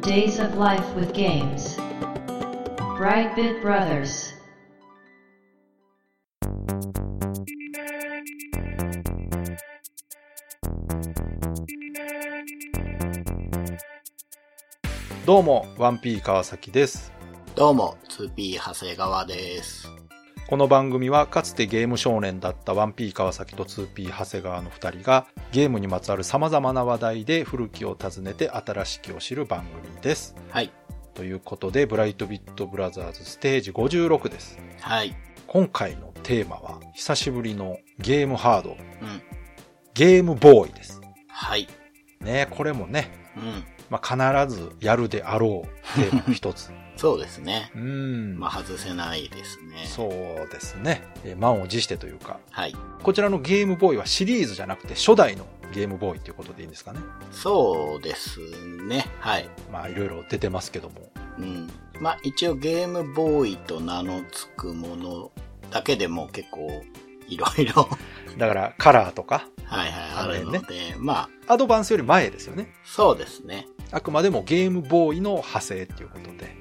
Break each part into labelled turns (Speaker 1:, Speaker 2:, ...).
Speaker 1: Days of Life with Games. Brightbit Brothers.
Speaker 2: どうも、1P 川崎です。
Speaker 3: どうも、2P 長谷川です。
Speaker 2: この番組はかつてゲーム少年だった 1P 川崎と 2P 長谷川の2人がゲームにまつわる様々な話題で古きを訪ねて新しきを知る番組です。
Speaker 3: はい。
Speaker 2: ということで、ブライトビットブラザーズステージ56です。
Speaker 3: はい。
Speaker 2: 今回のテーマは久しぶりのゲームハード、
Speaker 3: うん。
Speaker 2: ゲームボーイです。
Speaker 3: はい。
Speaker 2: ねこれもね、
Speaker 3: うん。
Speaker 2: まあ、必ずやるであろうテーマの一 つ。
Speaker 3: そうですね。
Speaker 2: うん。
Speaker 3: まあ、外せないですね。
Speaker 2: そうですね。えー満を持してというか、
Speaker 3: はい。
Speaker 2: こちらのゲームボーイはシリーズじゃなくて初代のゲームボーイということでいいんですかね。
Speaker 3: そうですね。はい。
Speaker 2: まあいろいろ出てますけども。
Speaker 3: うん。まあ、一応ゲームボーイと名の付くものだけでも結構、いろい ろ、
Speaker 2: だからカラーとか、
Speaker 3: はいはい、あるの
Speaker 2: あ
Speaker 3: で、まあ、
Speaker 2: アドバンスより前ですよね。
Speaker 3: そうですね。
Speaker 2: あくまでもゲームボーイの派生っていうことで。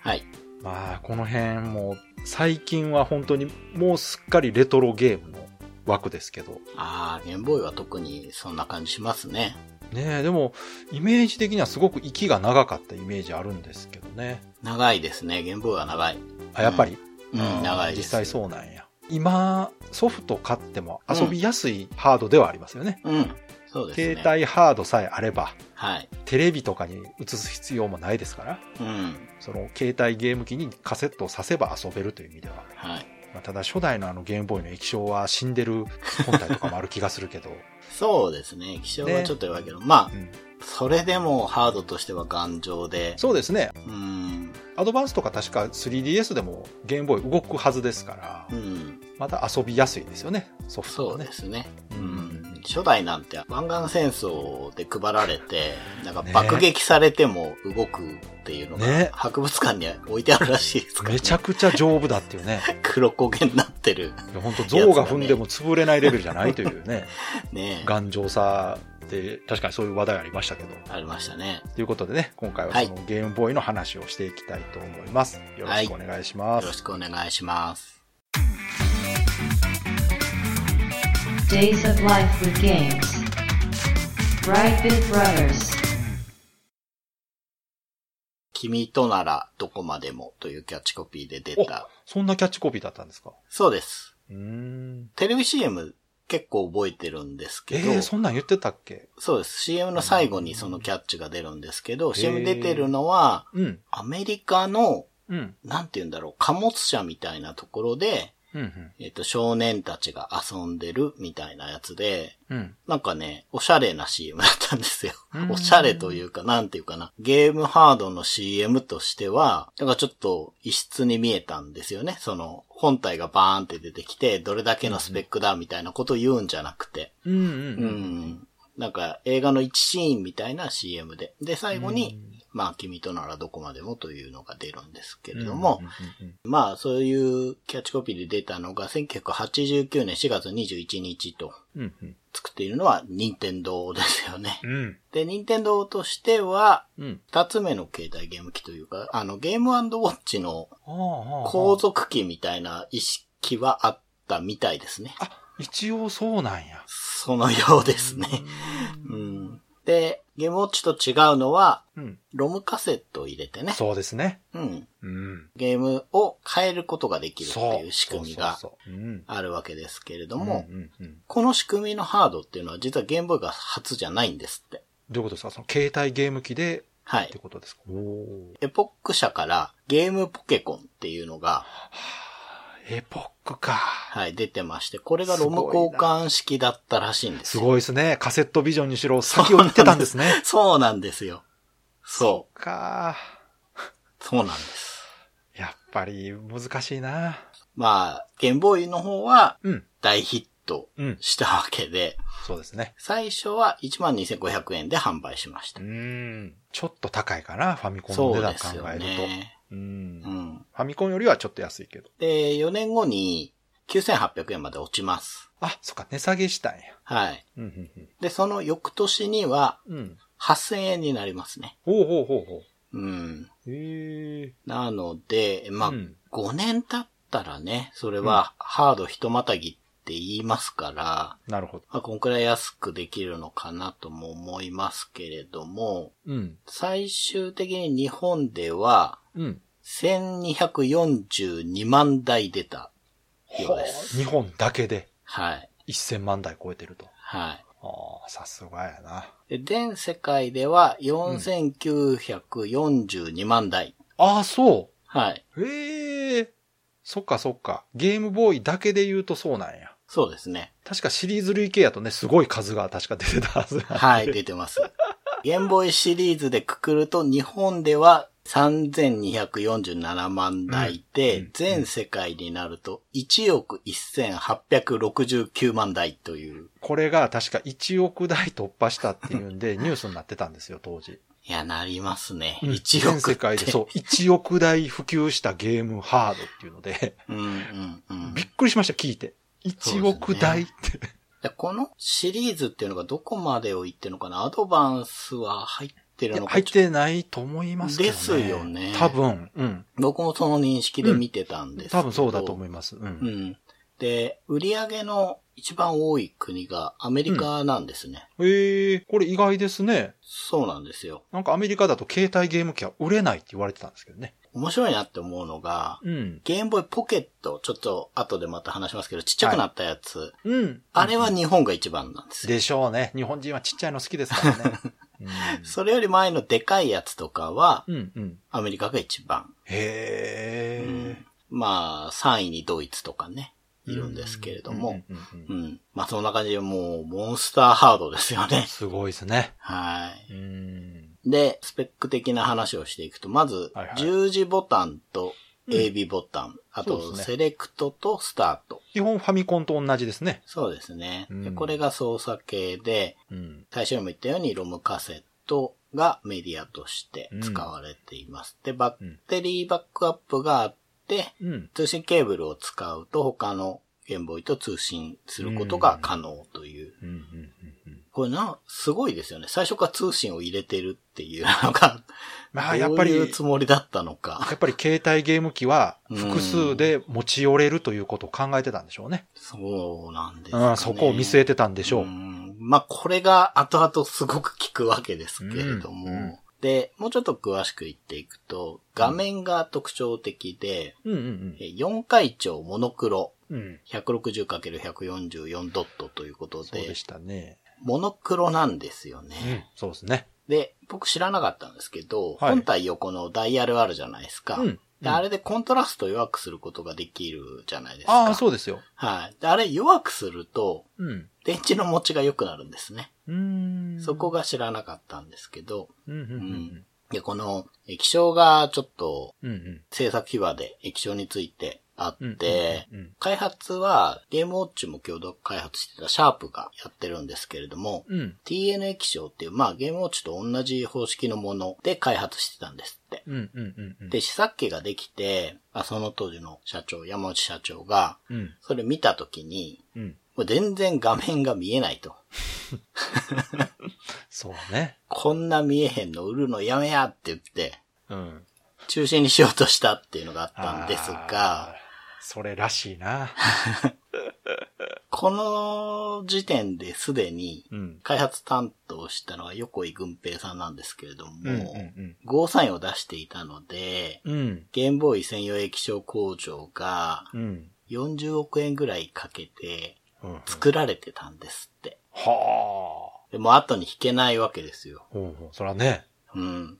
Speaker 3: はい。
Speaker 2: まあこの辺もう最近は本当にもうすっかりレトロゲームの枠ですけど。
Speaker 3: ああ、ゲームボーイは特にそんな感じしますね。
Speaker 2: ねえ、でもイメージ的にはすごく息が長かったイメージあるんですけどね。
Speaker 3: 長いですね。ゲームボーイは長い。
Speaker 2: あ、やっぱり、
Speaker 3: うん、長いで
Speaker 2: 実
Speaker 3: す。
Speaker 2: 際そうなんや。今、ソフト買っても遊びやすいハードではありますよね。
Speaker 3: うん。そうですね。
Speaker 2: 携帯ハードさえあれば、
Speaker 3: はい。
Speaker 2: テレビとかに映す必要もないですから、
Speaker 3: うん。
Speaker 2: その携帯ゲーム機にカセットを挿せば遊べるという意味では。
Speaker 3: はい。
Speaker 2: まあ、ただ初代のあのゲームボーイの液晶は死んでる本体とかもある気がするけど、
Speaker 3: そうですね。気象は
Speaker 2: ね
Speaker 3: ちょっと弱いけど、ま
Speaker 2: うん
Speaker 3: あ、それでもハードとしては頑丈で、
Speaker 2: そうですね。
Speaker 3: うん、
Speaker 2: アドバンスとか確か 3DS でもゲームボーイ動くはずですから
Speaker 3: う、ん、
Speaker 2: また遊びやすいですよね、ソフト
Speaker 3: そ
Speaker 2: は
Speaker 3: う
Speaker 2: ね
Speaker 3: で。すね。
Speaker 2: う
Speaker 3: うんん、初代なんて湾岸戦争で配られて、なんか
Speaker 2: ね
Speaker 3: 爆撃されても動くっていうのが、
Speaker 2: ね
Speaker 3: 博物館に置いてあるらしいですから、ね。
Speaker 2: めちゃくちゃ丈夫だっていうね。
Speaker 3: 黒焦げになってる。
Speaker 2: いや本当象が踏んでも潰れないレベルじゃないというね、
Speaker 3: ね
Speaker 2: 頑丈さで確かにそういう話題ありましたけど。
Speaker 3: ありましたね。
Speaker 2: ということでね、今回は
Speaker 3: はい
Speaker 2: そのゲームボーイの話をしていきたいと思います。よろしくお願いしま
Speaker 3: よ
Speaker 2: す。
Speaker 3: ろしくお願いします。
Speaker 1: Days of Life with Games. Brightbit Brothers.
Speaker 3: 君とならどこまでもというキャッチコピーで出た。
Speaker 2: そんなキャッチコピーだったんですか
Speaker 3: そうです。
Speaker 2: うーん。
Speaker 3: テレビ CM 結構覚えてるんです
Speaker 2: え
Speaker 3: けど、
Speaker 2: ー、そんなん言ってたっけ
Speaker 3: そうです。CM の最後にそのキャッチが出るんですけど、
Speaker 2: ー
Speaker 3: CM 出てるのは、
Speaker 2: うん。
Speaker 3: アメリカの、
Speaker 2: うん。
Speaker 3: なんて言うんだろう、貨物車みたいなところで、
Speaker 2: うん。うん
Speaker 3: えっと、少年たちが遊んでるみたいなやつで、
Speaker 2: うん。
Speaker 3: なんかね、おしゃれな CM だったんですよ
Speaker 2: う。ん
Speaker 3: おしゃれというか、なんていうかな。ゲームハードの CM としては、なんかちょっと異質に見えたんですよね。その、本体がバーンって出てきて、どれだけのスペックだみたいなことを言うんじゃなくて。
Speaker 2: うん。う。
Speaker 3: うんん。なんか映画の一シーンみたいな CM で。で、最後に、まあ、君とならどこまでもというのが出るんですけれども、
Speaker 2: うん、
Speaker 3: まあ、そういうキャッチコピーで出たのが、1989年4月21日と
Speaker 2: うん。うん。
Speaker 3: 作っているのは、任天堂ですよね。
Speaker 2: うん。
Speaker 3: で、任天堂としては、
Speaker 2: うん。
Speaker 3: 二つ目の携帯ゲーム機というか、あの、ゲームウォッチの
Speaker 2: ああ、ああ
Speaker 3: 後続機みたいな意識はあったみたいですね。
Speaker 2: あ、一応そうなんや。
Speaker 3: そのようですね。うん。で、ゲームウォッチと違うのは、
Speaker 2: うん。
Speaker 3: ロムカセットを入れてね。
Speaker 2: そうですね。
Speaker 3: うん。
Speaker 2: うん。
Speaker 3: ゲームを変えることができるって
Speaker 2: そう。
Speaker 3: いう仕組みが
Speaker 2: そうそうそううん。
Speaker 3: あるわけですけれど
Speaker 2: うん
Speaker 3: も、
Speaker 2: うんうん
Speaker 3: この仕組みのハードっていうのは実はゲームボーイが初じゃないんですって。
Speaker 2: どういうことですかその携帯ゲーム機で
Speaker 3: は
Speaker 2: っ
Speaker 3: い
Speaker 2: て。ことですかおお。
Speaker 3: エポック社からゲームポケコンっていうのが、
Speaker 2: エポックか。
Speaker 3: はい、出てまして、これがロム交換式だったらしいんです
Speaker 2: す
Speaker 3: よ。
Speaker 2: ごいですね。カセットビジョンにしろ先を言ってたんですね。
Speaker 3: そうなんですよ。そ
Speaker 2: か
Speaker 3: う。そうなんです。
Speaker 2: やっぱり難しいな。
Speaker 3: まあ、ゲームボーイの方は
Speaker 2: うん。
Speaker 3: 大ヒット
Speaker 2: うん。
Speaker 3: したわけで、
Speaker 2: そうですね。
Speaker 3: 最初は12,500円で販売しまし
Speaker 2: う
Speaker 3: た。
Speaker 2: ーん。ちょっと高いかな。ファミコンの
Speaker 3: そ
Speaker 2: 値
Speaker 3: う
Speaker 2: 段
Speaker 3: です
Speaker 2: 考
Speaker 3: よ
Speaker 2: えると。
Speaker 3: ね。
Speaker 2: うん。
Speaker 3: う
Speaker 2: フ
Speaker 3: ん。
Speaker 2: ァミコンよりはちょっと安いけど。
Speaker 3: で、4年後に9800円まで落ちます。
Speaker 2: あ、そっか、値下げしたんや。
Speaker 3: はい。
Speaker 2: うん、うん、
Speaker 3: で、その翌年には
Speaker 2: うん。うん。
Speaker 3: 8000円になりますね。
Speaker 2: ほうほうほうほう。
Speaker 3: うん。
Speaker 2: へえ。
Speaker 3: なので、まあ、
Speaker 2: うん
Speaker 3: 5年経ったらね、それはハードひとまたぎって言いますから、
Speaker 2: なるほど。
Speaker 3: まあ、こんくらい安くできるのかなとも思いますけれども、
Speaker 2: うん。
Speaker 3: 最終的に日本では、
Speaker 2: うん。
Speaker 3: 1242万台出たようです。
Speaker 2: 日本だけで
Speaker 3: はい。
Speaker 2: 1000万台超えてると。
Speaker 3: はい。
Speaker 2: ああ、さすがやな。
Speaker 3: で全世界では4942万台。
Speaker 2: ああ、そ
Speaker 3: はい。
Speaker 2: う。へえ。そっかそっか。ゲームボーイだけで言うとそうなんや。
Speaker 3: そうです ね。
Speaker 2: 確かシリーズ累計やとね、すごい数が確か出てたはずなんで
Speaker 3: はい、出てます。ゲームボーイシリーズでくくると日本では3247万台で、
Speaker 2: うんうん
Speaker 3: 全世界になると1億1869万台という。
Speaker 2: これが確か1億台突破したっていうん で、ニュースになってたんですよ、当時。
Speaker 3: いや、なりますね。
Speaker 2: うん
Speaker 3: 1億
Speaker 2: 全世界で、そう、1億台普及したゲームハードっていうので、
Speaker 3: う。うんうんうん
Speaker 2: び。っくりしました、聞いて。
Speaker 3: すね
Speaker 2: 1億台って。
Speaker 3: でこのシリーズっていうのがどこまでを言ってるのかなアドバンスは入ってるのか
Speaker 2: 入ってないと思いますけどね。
Speaker 3: ですよね
Speaker 2: 多分、うん。
Speaker 3: 僕もその認識で見てたんですけど、
Speaker 2: 多分そうだと思います。うん。
Speaker 3: うん。で、売り上げの一番多い国がアメリカなんですね。
Speaker 2: ええこれ意外ですね。
Speaker 3: そうなんですよ。
Speaker 2: なんかアメリカだと携帯ゲーム機は売れないって言われてたんですけどね。
Speaker 3: 面白いなって思うのが、
Speaker 2: うん。
Speaker 3: ゲームボーイポケット、ちょっと後でまた話しますけど、ちっちゃくなったやつ、
Speaker 2: うん。
Speaker 3: あれは日本が一番なんですよ。
Speaker 2: でしょうね。日本人はちっちゃいの好きですからね。
Speaker 3: それより前のでかいやつとかは、
Speaker 2: うん。うん、うん。
Speaker 3: アメリカが一番。
Speaker 2: へえ。
Speaker 3: まあ、3位にドイツとかね、いるんですけれども、
Speaker 2: うんうんうん
Speaker 3: う
Speaker 2: うん
Speaker 3: ん。まあそんな感じでもう、モンスターハードですよね。
Speaker 2: すごいですね。
Speaker 3: はい。
Speaker 2: うん。
Speaker 3: で、スペック的な話をしていくと、まず
Speaker 2: はいは、い
Speaker 3: 十字ボタンと AB ボタン、あ
Speaker 2: そう
Speaker 3: と、
Speaker 2: ですね
Speaker 3: セレクトとスタート。
Speaker 2: 基本ファミコンと同じですね。
Speaker 3: そうですね。
Speaker 2: うん
Speaker 3: でこれが操作系で、
Speaker 2: うん。
Speaker 3: 最初にも言ったようにロムカセットがメディアとして使われています。で、バッテリーバックアップがあって、
Speaker 2: うん。
Speaker 3: 通信ケーブルを使うと他のゲームボーイと通信することが可能という。
Speaker 2: うん。うん。うん。
Speaker 3: これな、すごいですよね。最初から通信を入れてるっていうのが、
Speaker 2: まあ、やっぱり、
Speaker 3: どうい
Speaker 2: や
Speaker 3: うつもりだったのか。
Speaker 2: っぱり携帯ゲーム機は複数で持ち寄れるということを考えてたんでしょうね。
Speaker 3: そうなんですか、ね
Speaker 2: うん、そこを見据えてたんでしょう。
Speaker 3: んまあ、これが後々すごく効くわけですけれども。
Speaker 2: うんうん
Speaker 3: で、もうちょっと詳しく言っていくと、画面が特徴的で、
Speaker 2: うんうん
Speaker 3: え4階調モノクロ。
Speaker 2: うん。うん。
Speaker 3: 160×144 ドットということ
Speaker 2: そう
Speaker 3: で
Speaker 2: でしたね。
Speaker 3: モノクロなんですよね。
Speaker 2: うん。そうですね。
Speaker 3: で、僕知らなかったんですけど、
Speaker 2: はい
Speaker 3: 本体横のダイヤルあるじゃないですか。
Speaker 2: うん
Speaker 3: であれでコントラスト弱くすることができるじゃないですか。
Speaker 2: ああ、そうですよ。
Speaker 3: はい。であれ弱くすると、
Speaker 2: うん。
Speaker 3: 電池の持ちが良くなるんですね。
Speaker 2: うーん。
Speaker 3: そこが知らなかったんですけど、
Speaker 2: うんうんうん
Speaker 3: で、この液晶がちょっと
Speaker 2: うん。うん
Speaker 3: 制作秘話で液晶についてあ
Speaker 2: うん。
Speaker 3: っ
Speaker 2: で
Speaker 3: て、開発はゲームウォッチも共同開発してたシャープがやってるんですけれども、
Speaker 2: うん。
Speaker 3: TN 液晶っていう、まあゲームウォッチと同じ方式のもので開発してたんですって。
Speaker 2: うんうんうんうん。
Speaker 3: で、試作機ができて、まあ、その当時の社長、山内社長が、
Speaker 2: うん。
Speaker 3: それ見たときに、
Speaker 2: うん。
Speaker 3: もう全然画面が見えないと。
Speaker 2: そうね。
Speaker 3: こんな見えへんの売るのやめやって言って、
Speaker 2: うん。
Speaker 3: 中止にしようとしたっていうのがあったんです
Speaker 2: あ
Speaker 3: が
Speaker 2: ー、それらしいな。
Speaker 3: この時点ですでに、
Speaker 2: うん。
Speaker 3: 開発担当したのは横井軍平さんなんですけれども、
Speaker 2: うんうん
Speaker 3: ゴーサインを出していたので、
Speaker 2: うん。うん。
Speaker 3: ゲームボーイ専用液晶工場が
Speaker 2: うん。
Speaker 3: 40億円ぐらいかけて
Speaker 2: うん
Speaker 3: 作られてたんですって。
Speaker 2: はあ。
Speaker 3: でも後に引けないわけですよ。
Speaker 2: ほうほう。そらね。
Speaker 3: うん。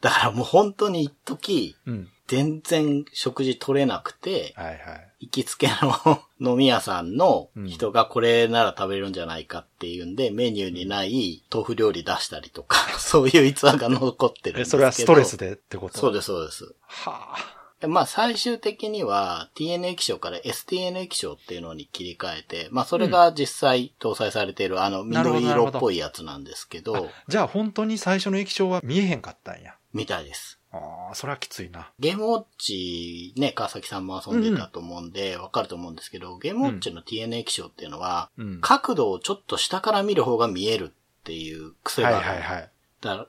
Speaker 3: だからもう本当に一時、
Speaker 2: うん。
Speaker 3: 全然食事取れなくて、
Speaker 2: はいはい。
Speaker 3: 行きつけの飲み屋さんの人がこれなら食べれるんじゃないかっていうんで、メニューにない豆腐料理出したりとか、 そういう逸話が残ってるん
Speaker 2: え、
Speaker 3: ですけ
Speaker 2: そ
Speaker 3: ど。
Speaker 2: れはストレスでってこと
Speaker 3: そうです、そうです。
Speaker 2: はあ。
Speaker 3: でまあ最終的には TN 液晶から STN 液晶っていうのに切り替えて、まあそれが実際搭載されているあの
Speaker 2: なるほど
Speaker 3: 緑色っぽいやつなんですけど、
Speaker 2: じゃあ本当に最初の液晶は見えへんかったんや。
Speaker 3: みたいです。
Speaker 2: ああ、それはきついな。
Speaker 3: ゲームウォッチね、川崎さんも遊んでたと思うんで、わかると思うんですけど、ゲームウォッチの TN 液晶っていうのは、
Speaker 2: うん。
Speaker 3: 角度をちょっと下から見る方が見えるっていう癖
Speaker 2: はい
Speaker 3: があ
Speaker 2: は
Speaker 3: る。
Speaker 2: いはい。
Speaker 3: だから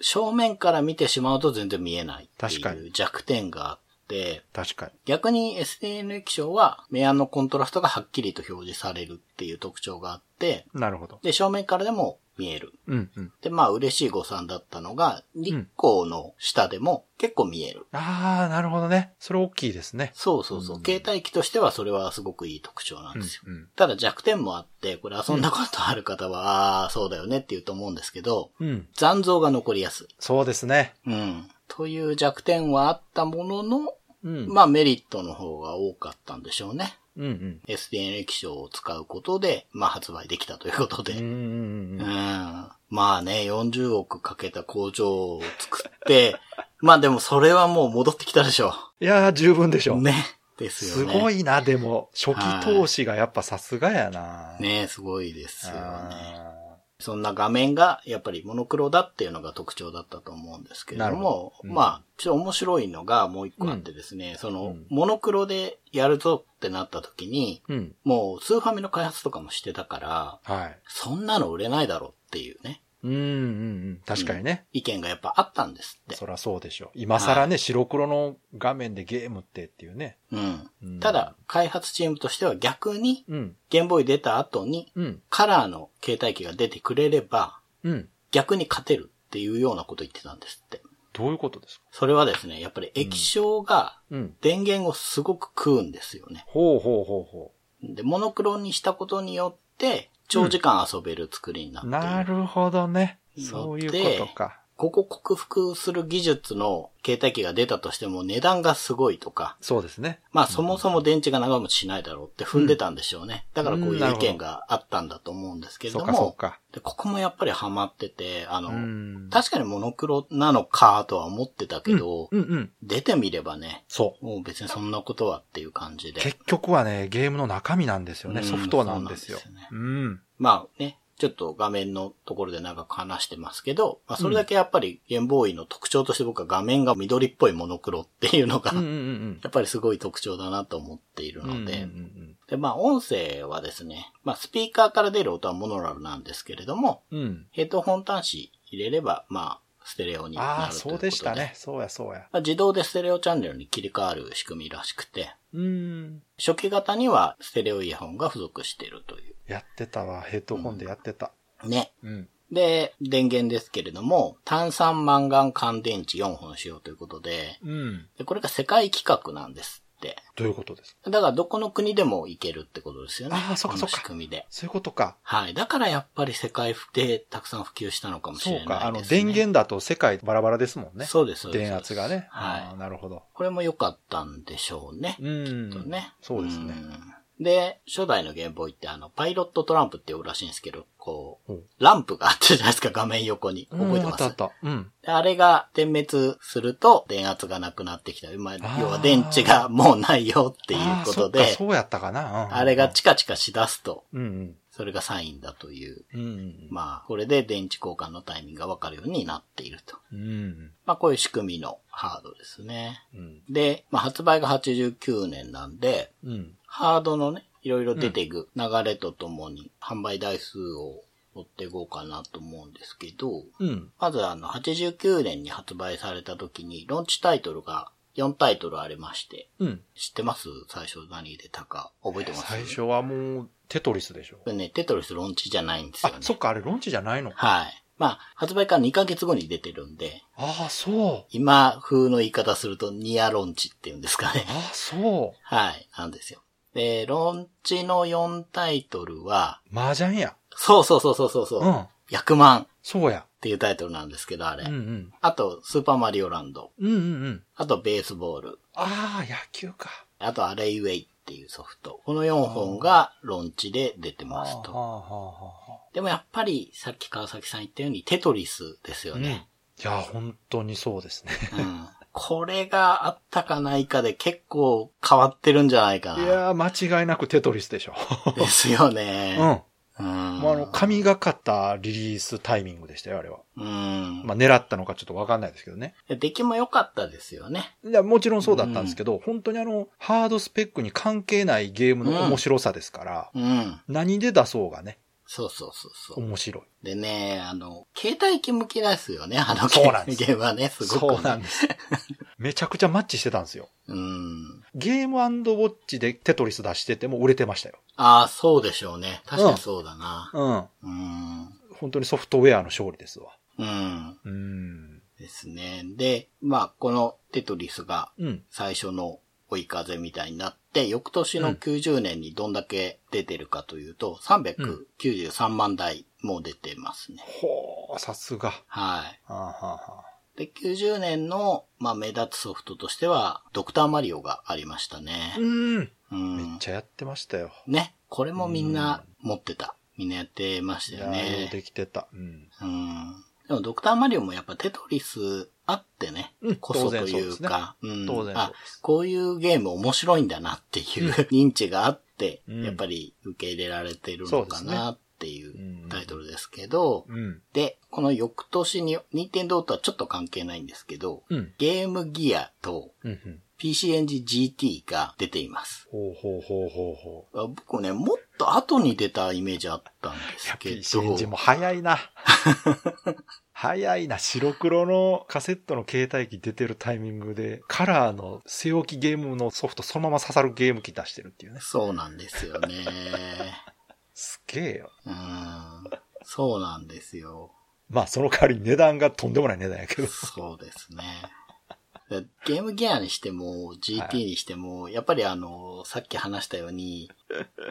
Speaker 3: 正面から見てしまうと全然見えないって
Speaker 2: 確か
Speaker 3: い
Speaker 2: に
Speaker 3: う弱点があって、
Speaker 2: 確かに。
Speaker 3: 逆に SDN 液晶は明暗のコントラストがはっきりと表示されるっていう特徴があって、
Speaker 2: なるほど。
Speaker 3: で、正面からでも見える。
Speaker 2: うんうん。
Speaker 3: で、まあ嬉しい誤算だったのが、日光の下でも結構見える。
Speaker 2: ああ、なるほどね。それ大きいですね。
Speaker 3: そうそうそう。
Speaker 2: うん
Speaker 3: 携帯機としてはそれはすごくいい特徴なん
Speaker 2: うん
Speaker 3: ですよ。
Speaker 2: うん。
Speaker 3: ただ弱点もあって、これ遊んだことある方は、ああ、そうだよねって言うと思うんですけど、
Speaker 2: うん。
Speaker 3: 残像が残りやすい。
Speaker 2: そうですね。
Speaker 3: うん。という弱点はあったものの、
Speaker 2: うん。
Speaker 3: まあメリットの方が多かったんでしょうね。
Speaker 2: うんうん。
Speaker 3: SDN 液晶を使うことで、まあ発売できたということで。
Speaker 2: うんうん
Speaker 3: う
Speaker 2: うん。
Speaker 3: んまあね、40億かけた工場を作って、 まあでもそれはもう戻ってきたでしょ
Speaker 2: いやー、十分でしょ
Speaker 3: う。
Speaker 2: う。
Speaker 3: ね。です
Speaker 2: す
Speaker 3: よね。
Speaker 2: ごいな、でも。初期投資がやっぱさすがやな。
Speaker 3: ねすごいですよね。
Speaker 2: あ
Speaker 3: そんな画面がやっぱりモノクロだっていうのが特徴だったと思うんですけれど
Speaker 2: なるほ
Speaker 3: も、
Speaker 2: どうん
Speaker 3: まあ、ちょっと面白いのがもう一個あってですね、その、
Speaker 2: うん
Speaker 3: モノクロでやるぞってなった時に、
Speaker 2: ーうん。
Speaker 3: もうスーファミの開発とかもしてたから、
Speaker 2: はい。
Speaker 3: そんなの売れないだろうっていうね、
Speaker 2: うんうんうん。確かにね。
Speaker 3: 意見がやっぱあったんですって。
Speaker 2: そらそうでしょう。今更ね、白黒の画面でゲームってっていうね。
Speaker 3: うん
Speaker 2: うん
Speaker 3: ただ、開発チームとしては逆に、
Speaker 2: うん。
Speaker 3: ゲームボーイ出た後に、
Speaker 2: うん。
Speaker 3: カラーの携帯機が出てくれれば、
Speaker 2: うん。
Speaker 3: 逆に勝てるっていうようなこと言ってたんですって。
Speaker 2: どういうことですか
Speaker 3: それはですね、やっぱり液晶が
Speaker 2: うん。
Speaker 3: 電源をすごく食うんですよね。
Speaker 2: ほうほうほうほ
Speaker 3: で、モノクロにしたことによって、長時間遊べる作りになって
Speaker 2: う。
Speaker 3: いる。
Speaker 2: なるほどね。
Speaker 3: ので
Speaker 2: そういうことか。
Speaker 3: ここ克服する技術の携帯機が出たとしても値段がすごいとか、
Speaker 2: そうですね。
Speaker 3: まあそもそも電池が長持ちしないだろうって踏んでたんでしょうね。だからこう
Speaker 2: うん
Speaker 3: い
Speaker 2: な
Speaker 3: う
Speaker 2: る
Speaker 3: 意
Speaker 2: ほど
Speaker 3: 見があったんだと思うんですけれ
Speaker 2: そう
Speaker 3: ど
Speaker 2: かそう
Speaker 3: も、
Speaker 2: か。
Speaker 3: でここもやっぱりハマってて、あの、
Speaker 2: うん。
Speaker 3: 確かにモノクロなのかとは思ってたけど、
Speaker 2: うんうん。
Speaker 3: 出てみればね、
Speaker 2: そう。
Speaker 3: もう別にそんなことはっていう感じで。
Speaker 2: 結局はね、ゲームの中身なんですよ
Speaker 3: う
Speaker 2: ね。
Speaker 3: ん
Speaker 2: ソフトなんですよ
Speaker 3: そうなんです。
Speaker 2: うん。
Speaker 3: まあね、ちょっと画面のところで長く話してますけど、まあそれだけやっぱりゲームボーイの特徴として僕は画面が緑っぽいモノクロっていうのが、
Speaker 2: うんうんうん
Speaker 3: やっぱりすごい特徴だなと思っている
Speaker 2: うん。うんう
Speaker 3: の
Speaker 2: ん
Speaker 3: で、
Speaker 2: うん
Speaker 3: で、まあ音声はですね、まあスピーカーから出る音はモノラルなんですけれども、
Speaker 2: うん。うん。
Speaker 3: ヘッドホン端子入れれば、まあステレオにな
Speaker 2: ああ、
Speaker 3: るということ
Speaker 2: そうでしたね。。そうやそうや。
Speaker 3: まあ自動でステレオチャンネルに切り替わる仕組みらしくて、
Speaker 2: うん。
Speaker 3: 初期型にはステレオイヤホンが付属しているとい
Speaker 2: やってたわ。ヘッドホンでやってた。
Speaker 3: う。ね。
Speaker 2: うん。
Speaker 3: で、電源ですけれども、炭酸マンガン乾電池4本使用ということで、
Speaker 2: うん。
Speaker 3: でこれが世界規格なんですって。
Speaker 2: どういうことですか
Speaker 3: だからどこの国でも行けるってことですよね。
Speaker 2: あーそっかそ
Speaker 3: この
Speaker 2: っか
Speaker 3: 仕組みで。
Speaker 2: そういうことか。
Speaker 3: はい。だからやっぱり世界でたくさん普及したのかもし
Speaker 2: そ
Speaker 3: れな
Speaker 2: う
Speaker 3: いです、ね。
Speaker 2: か。あの、電源だと世界バラバラですもんね。
Speaker 3: そうですそうです
Speaker 2: 電圧がね。
Speaker 3: はい
Speaker 2: あーなるほど。
Speaker 3: これも良かったんでしょうね。
Speaker 2: うん
Speaker 3: きっとね。
Speaker 2: そうですね。
Speaker 3: うん。で、初代のゲームボーイってあの、パイロットトランプって呼ぶらしいんですけど、こ
Speaker 2: ほう
Speaker 3: う、ランプがあったじゃないですか、画面横に。覚え
Speaker 2: う
Speaker 3: て
Speaker 2: んあ
Speaker 3: ま
Speaker 2: っ
Speaker 3: す
Speaker 2: たあった。うん。
Speaker 3: であれが点滅すると電圧がなくなってきた。まあ、
Speaker 2: ー
Speaker 3: 要は電池がもうないよっていう
Speaker 2: あー
Speaker 3: こと
Speaker 2: そっか
Speaker 3: で、
Speaker 2: そうやったかな。うん
Speaker 3: あれがチカチカしだすと、
Speaker 2: うん
Speaker 3: それがサインだという。
Speaker 2: うん。うんうん。
Speaker 3: まあ、これで電池交換のタイミングがわかるようになっていると。
Speaker 2: うん
Speaker 3: まあ、こういう仕組みのハードですね。
Speaker 2: うん。
Speaker 3: で、まあ、発売が89年なんで、
Speaker 2: うん。
Speaker 3: ハードのね、いろいろ出ていく流れとともに販売台数を追っていこうかなと思うんですけど、
Speaker 2: うん。
Speaker 3: まずあの、89年に発売された時に、ロンチタイトルが4タイトルありまして、
Speaker 2: うん。
Speaker 3: 知ってます最初何出たか。覚えてます
Speaker 2: 最初はもう、テトリスでしょ。
Speaker 3: これね、テトリスロンチじゃないんですよ
Speaker 2: あ
Speaker 3: ね、。
Speaker 2: そっか、あれロンチじゃないのか。
Speaker 3: はい。まあ、発売から2ヶ月後に出てるんで、
Speaker 2: ああ、そう。
Speaker 3: 今風の言い方するとニアロンチっていうんですかね。
Speaker 2: ああ、そ
Speaker 3: はい、なんですよ。で、ロンチの4タイトルは、
Speaker 2: う。麻雀や。
Speaker 3: そうそうそうそうそうそうう、
Speaker 2: ん。
Speaker 3: 百万っ
Speaker 2: そうや。
Speaker 3: ていうタイトルなんですけど、あ
Speaker 2: う
Speaker 3: れ。
Speaker 2: んうん。
Speaker 3: あと、スーパーマリオランド。
Speaker 2: うんうんうん。
Speaker 3: あと、ベースボール。
Speaker 2: ああ、野球か。
Speaker 3: あと、アレイウェイっていうソフト。この4本がロンチで出て
Speaker 2: はあ
Speaker 3: ます
Speaker 2: は
Speaker 3: と。
Speaker 2: あはあは
Speaker 3: でもやっぱり、さっき川崎さん言ったように、テトリスです
Speaker 2: あ
Speaker 3: よ
Speaker 2: うん。い
Speaker 3: ね。
Speaker 2: や、本当にそうですね。
Speaker 3: うんこれがあったかないかで結構変わってるんじゃないか
Speaker 2: い
Speaker 3: な。
Speaker 2: やー、間違いなくテトリスでしょ。
Speaker 3: ですよ
Speaker 2: うん。
Speaker 3: ね。
Speaker 2: も
Speaker 3: うん。
Speaker 2: うあの、神がかったリリースタイミングでしたよ、あれは。
Speaker 3: うん。
Speaker 2: まあ、狙ったのかちょっとわかんないですけどね。
Speaker 3: 出来も良かったですよね。
Speaker 2: いや、もちろんそうだったんですけど、本当にあの、ハードスペックに関係ないゲームの面白さですから、
Speaker 3: うん。
Speaker 2: 何で出そうがね、
Speaker 3: そうそうそうそう。
Speaker 2: 面白い。
Speaker 3: でね、あの、携帯機向きですよね、あの
Speaker 2: そうなんです
Speaker 3: ゲームはね、すごく、ね。
Speaker 2: そうなん です。めちゃくちゃマッチしてたんですよ。
Speaker 3: うん。
Speaker 2: ゲームウォッチでテトリス出してても売れてましたよ。
Speaker 3: ああ、そうでしょうね。確かにそうだな。
Speaker 2: うん。
Speaker 3: うん。
Speaker 2: 本当にソフトウェアの勝利ですわ。
Speaker 3: うん。
Speaker 2: うん。
Speaker 3: ですね。で、まあ、このテトリスが
Speaker 2: うん。
Speaker 3: 最初の追い風みたいになって、翌年の90年にどんだけ出てるかというと、393万台も出てますね。
Speaker 2: ほー、さすが。
Speaker 3: はい。
Speaker 2: はあ、はあはあ、
Speaker 3: で、90年の、まあ、目立つソフトとしては、ドクターマリオがありましたね。
Speaker 2: うん。め
Speaker 3: う
Speaker 2: っ
Speaker 3: ん。
Speaker 2: ちゃやってましたよ。
Speaker 3: ね。これもみんな持ってた。みんなやってまし
Speaker 2: い
Speaker 3: たよ
Speaker 2: やーよう
Speaker 3: ね。
Speaker 2: できてた。うん。
Speaker 3: うん。でも、ドクターマリオもやっぱテトリスあってね
Speaker 2: うん、
Speaker 3: こそというか、うん
Speaker 2: 当然そう
Speaker 3: あ
Speaker 2: で、す。
Speaker 3: こういうゲーム面白いんだなっていう認知があって、
Speaker 2: うん
Speaker 3: やっぱり受け入れられてるのかなっていう
Speaker 2: です
Speaker 3: う
Speaker 2: ね
Speaker 3: タイトルですけど、
Speaker 2: うん。
Speaker 3: で、この翌年に、任天堂とはちょっと関係ないんですけど、
Speaker 2: うん。
Speaker 3: ゲームギアと
Speaker 2: うんうん。
Speaker 3: PC エンジン GT が出ています。
Speaker 2: ほうほうほうほうほ
Speaker 3: あ僕ね、もっと後に出たイメージあったんで
Speaker 2: う。いや
Speaker 3: す、けど。
Speaker 2: PC エンジンも早い な。早いな。白黒のカセットの携帯機出てるタイミングで、カラーの据え置きゲームのソフトそのまま刺さるゲーム機出してるっていうね。
Speaker 3: そうなんですよね。
Speaker 2: すげえよ。
Speaker 3: うん。そうなんですよ。
Speaker 2: まあ、その代わり値段がとんでもない値段やけど。
Speaker 3: そうですね。でゲームギアにしても、
Speaker 2: はい
Speaker 3: GT にしても、やっぱりあの、さっき話したように、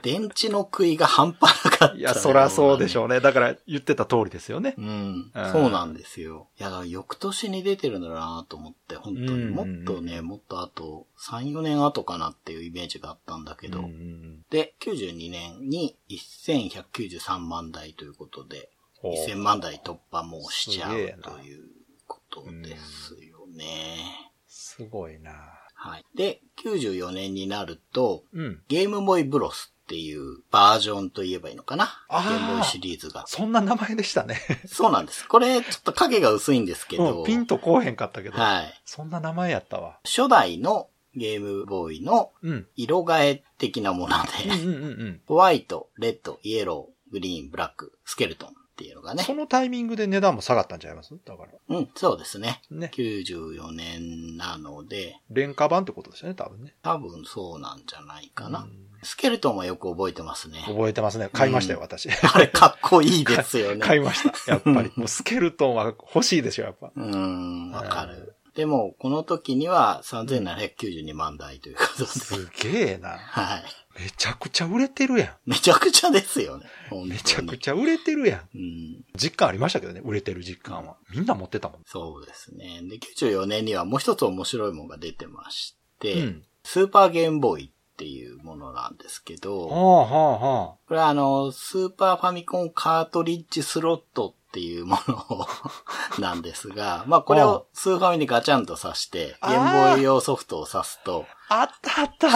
Speaker 3: 電池の食いが半端なかっ た、
Speaker 2: いや、そらそうでし
Speaker 3: う。
Speaker 2: ょうね。だから言ってた通りですよね。
Speaker 3: うん
Speaker 2: うん。
Speaker 3: そうなんですよ。いや、だから翌年に出てるんだなと思って、本当
Speaker 2: うん
Speaker 3: に。
Speaker 2: う
Speaker 3: も
Speaker 2: ん
Speaker 3: っとね、もっと後、3、4年後かなっていうイメージがあったんだけど。
Speaker 2: うんうんうん
Speaker 3: で、92年に1193万台ということで、
Speaker 2: ほう
Speaker 3: 1000万台突破もしちゃ
Speaker 2: す
Speaker 3: う
Speaker 2: げえな
Speaker 3: ということですよね。
Speaker 2: すごいな。
Speaker 3: はい。で、94年になると、
Speaker 2: うん。
Speaker 3: ゲームボーイブロスっていうバージョンと言えばいいのかなゲ
Speaker 2: あー
Speaker 3: ームボーイシリーズが。
Speaker 2: そんな名前でしたね。
Speaker 3: そうなんです。これ、ちょっと影が薄いんですけ
Speaker 2: う
Speaker 3: ど、
Speaker 2: ん、 ピンとこうへんかったけど。
Speaker 3: はい。
Speaker 2: そんな名前やったわ。
Speaker 3: 初代のゲームボーイの
Speaker 2: うん。
Speaker 3: 色替え的なも
Speaker 2: う
Speaker 3: の
Speaker 2: んうん
Speaker 3: で、
Speaker 2: うんうん。
Speaker 3: ホワイト、レッド、イエロー、グリーン、ブラック、スケルトンっていうのがね
Speaker 2: そ。のタイミングで値段も下がったんちゃいますだから。
Speaker 3: うん、そうですね。
Speaker 2: ね。
Speaker 3: 94年なので、
Speaker 2: 廉価版ってことですよね、多分ね。
Speaker 3: 多分そうなんじゃないか
Speaker 2: う。
Speaker 3: なんスケルトンはよく覚えてますね。
Speaker 2: 覚えてますね。買いましたよ、
Speaker 3: うん
Speaker 2: 私。
Speaker 3: あ れかっこいいですよね。
Speaker 2: 買いました。やっぱり。もうスケルトンは欲しいでしょ、やっぱ。
Speaker 3: うーん、わかる。でも、この時には3792万台ということで。
Speaker 2: すげえな。
Speaker 3: はい。
Speaker 2: めちゃくちゃ売れてるや
Speaker 3: めちゃくちゃですよね。本当
Speaker 2: ん。
Speaker 3: に
Speaker 2: めちゃくちゃ売れてるやん。
Speaker 3: うん、
Speaker 2: 実感ありましたけどね、売れてる実感は。みんな持ってたもん。
Speaker 3: そうですね。で、94年にはもう一つ面白いものが出てまして、
Speaker 2: うん。
Speaker 3: スーパーゲームボーイっていうものなんですけ
Speaker 2: は
Speaker 3: ど、
Speaker 2: あはあは
Speaker 3: これはあの、スーパーファミコンカートリッジスロットっていうものをなんですが、 まあこれをスーファミにガチャンと挿して、
Speaker 2: あ
Speaker 3: ゲ
Speaker 2: ー
Speaker 3: ームボーイ用ソフトを挿すと、
Speaker 2: あ。あったあった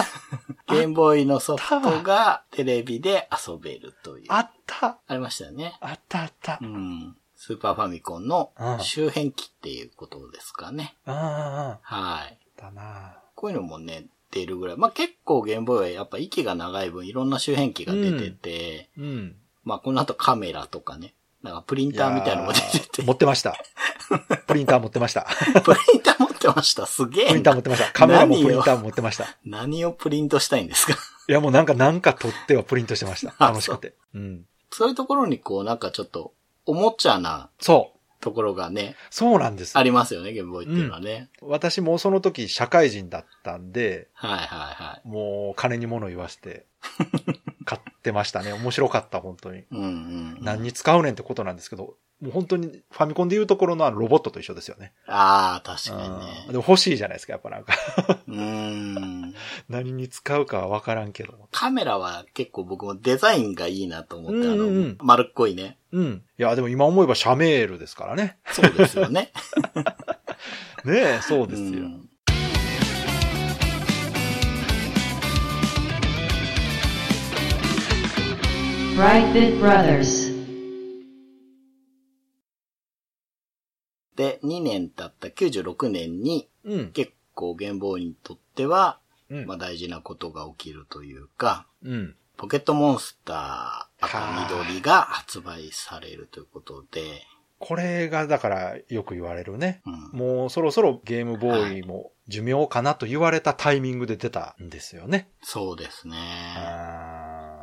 Speaker 3: ゲームボーイのソフトがテレビで遊べるという。
Speaker 2: あ
Speaker 3: あ
Speaker 2: った
Speaker 3: りましたよね。
Speaker 2: あったあった
Speaker 3: う。ん。スーパーファミコンの
Speaker 2: うん
Speaker 3: 周辺機っていうことですかね。
Speaker 2: ああ、あ
Speaker 3: はい。
Speaker 2: だな
Speaker 3: こういうのもね、出るぐらい。まあ結構ゲームボーイはやっぱ息が長い分いろんな周辺機が出てて、
Speaker 2: うん。
Speaker 3: まあこの後カメラとかね。なんかプリンターみたいなのも出てて
Speaker 2: いやー。持ってました。プリンター持ってました。
Speaker 3: プリンター持ってました。すげ
Speaker 2: プリ
Speaker 3: え
Speaker 2: ンター。持
Speaker 3: な
Speaker 2: って ました。カメラもプリンターも持ってました。
Speaker 3: 何をプリントしたいんですか
Speaker 2: いや、もうなんか、なんか撮ってはプリントしてました。
Speaker 3: あ
Speaker 2: 楽しくて。うん。
Speaker 3: そういうところにこうなんかちょっとおもちゃな
Speaker 2: そう。
Speaker 3: ところがね、
Speaker 2: そうなんです
Speaker 3: あ。りますよね、ゲームボーイっていうのはね。
Speaker 2: 私もその時、社会人だったんで、
Speaker 3: はいはいはい。
Speaker 2: もう、金に物言わして、 買ってましたね。面白かった、本当に。
Speaker 3: うんうんうん。
Speaker 2: 何に使うねんってことなんですけど、もう本当に、ファミコンでいうところのあのロボットと一緒ですよね。
Speaker 3: ああ、確か
Speaker 2: うん
Speaker 3: に
Speaker 2: で
Speaker 3: ね。
Speaker 2: も欲しいじゃないですか、やっぱなんか。
Speaker 3: うーん。
Speaker 2: 何に使うかはわからんけど。
Speaker 3: カメラは結構僕もデザインがいいなと思って、
Speaker 2: うんうんうん
Speaker 3: あの、丸っこいね。
Speaker 2: うん。いや、でも今思えばシャメールですからね。
Speaker 3: そうですよね。
Speaker 2: ねえ、 そうです
Speaker 3: う
Speaker 2: よ。
Speaker 3: ん
Speaker 1: ブライトビットブラザーズ
Speaker 3: で、2年経った96年に、
Speaker 2: うん。
Speaker 3: 結構ゲームボーイにとっては、
Speaker 2: うん
Speaker 3: まあ大事なことが起きるというか、
Speaker 2: うん。
Speaker 3: ポケットモンスター赤緑が発売されるということで、
Speaker 2: これがだからよく言われるね。
Speaker 3: うん。
Speaker 2: もうそろそろゲームボーイも寿命かなと言われたタイミングで出たんですよね。
Speaker 3: そうですね。
Speaker 2: あ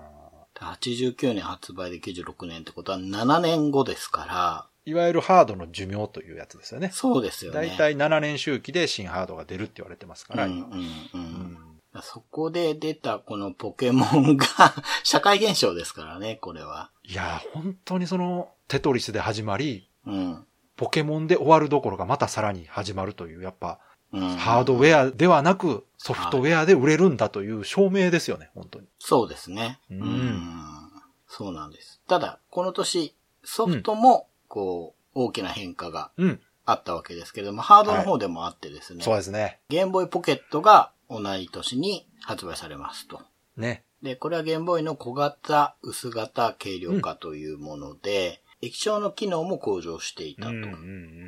Speaker 2: ー
Speaker 3: 89年発売で96年ってことは7年後ですか
Speaker 2: いわゆるハードの寿命というやつですよね
Speaker 3: ら、。そうですよね。
Speaker 2: だいたい7年周期で新ハードが出るって言われてますから、
Speaker 3: うん
Speaker 2: 今
Speaker 3: うんう。
Speaker 2: うんん
Speaker 3: そこで出たこのポケモンが 社会現象ですからね、これは。
Speaker 2: いやー、本当にそのテトリスで始まり、
Speaker 3: うん。
Speaker 2: ポケモンで終わるどころがまたさらに始まるという、やっぱ、
Speaker 3: うん、
Speaker 2: ハードウェアではなくソフトウェアで売れるんだという証明ですよね、本当に。
Speaker 3: そうですね。
Speaker 2: うん
Speaker 3: そうなんです。ただ、この年、ソフトも、こう、大きな変化が
Speaker 2: うん。
Speaker 3: あったわけですけれども、ハードの方でもあってですね、
Speaker 2: そうですね。
Speaker 3: ゲームボーイポケットが同じ年に発売されますと。
Speaker 2: ね。
Speaker 3: で、これはゲームボーイの小型、薄型、軽量化というもので、液晶の機能も向上していたと。
Speaker 2: うんうんう
Speaker 3: うん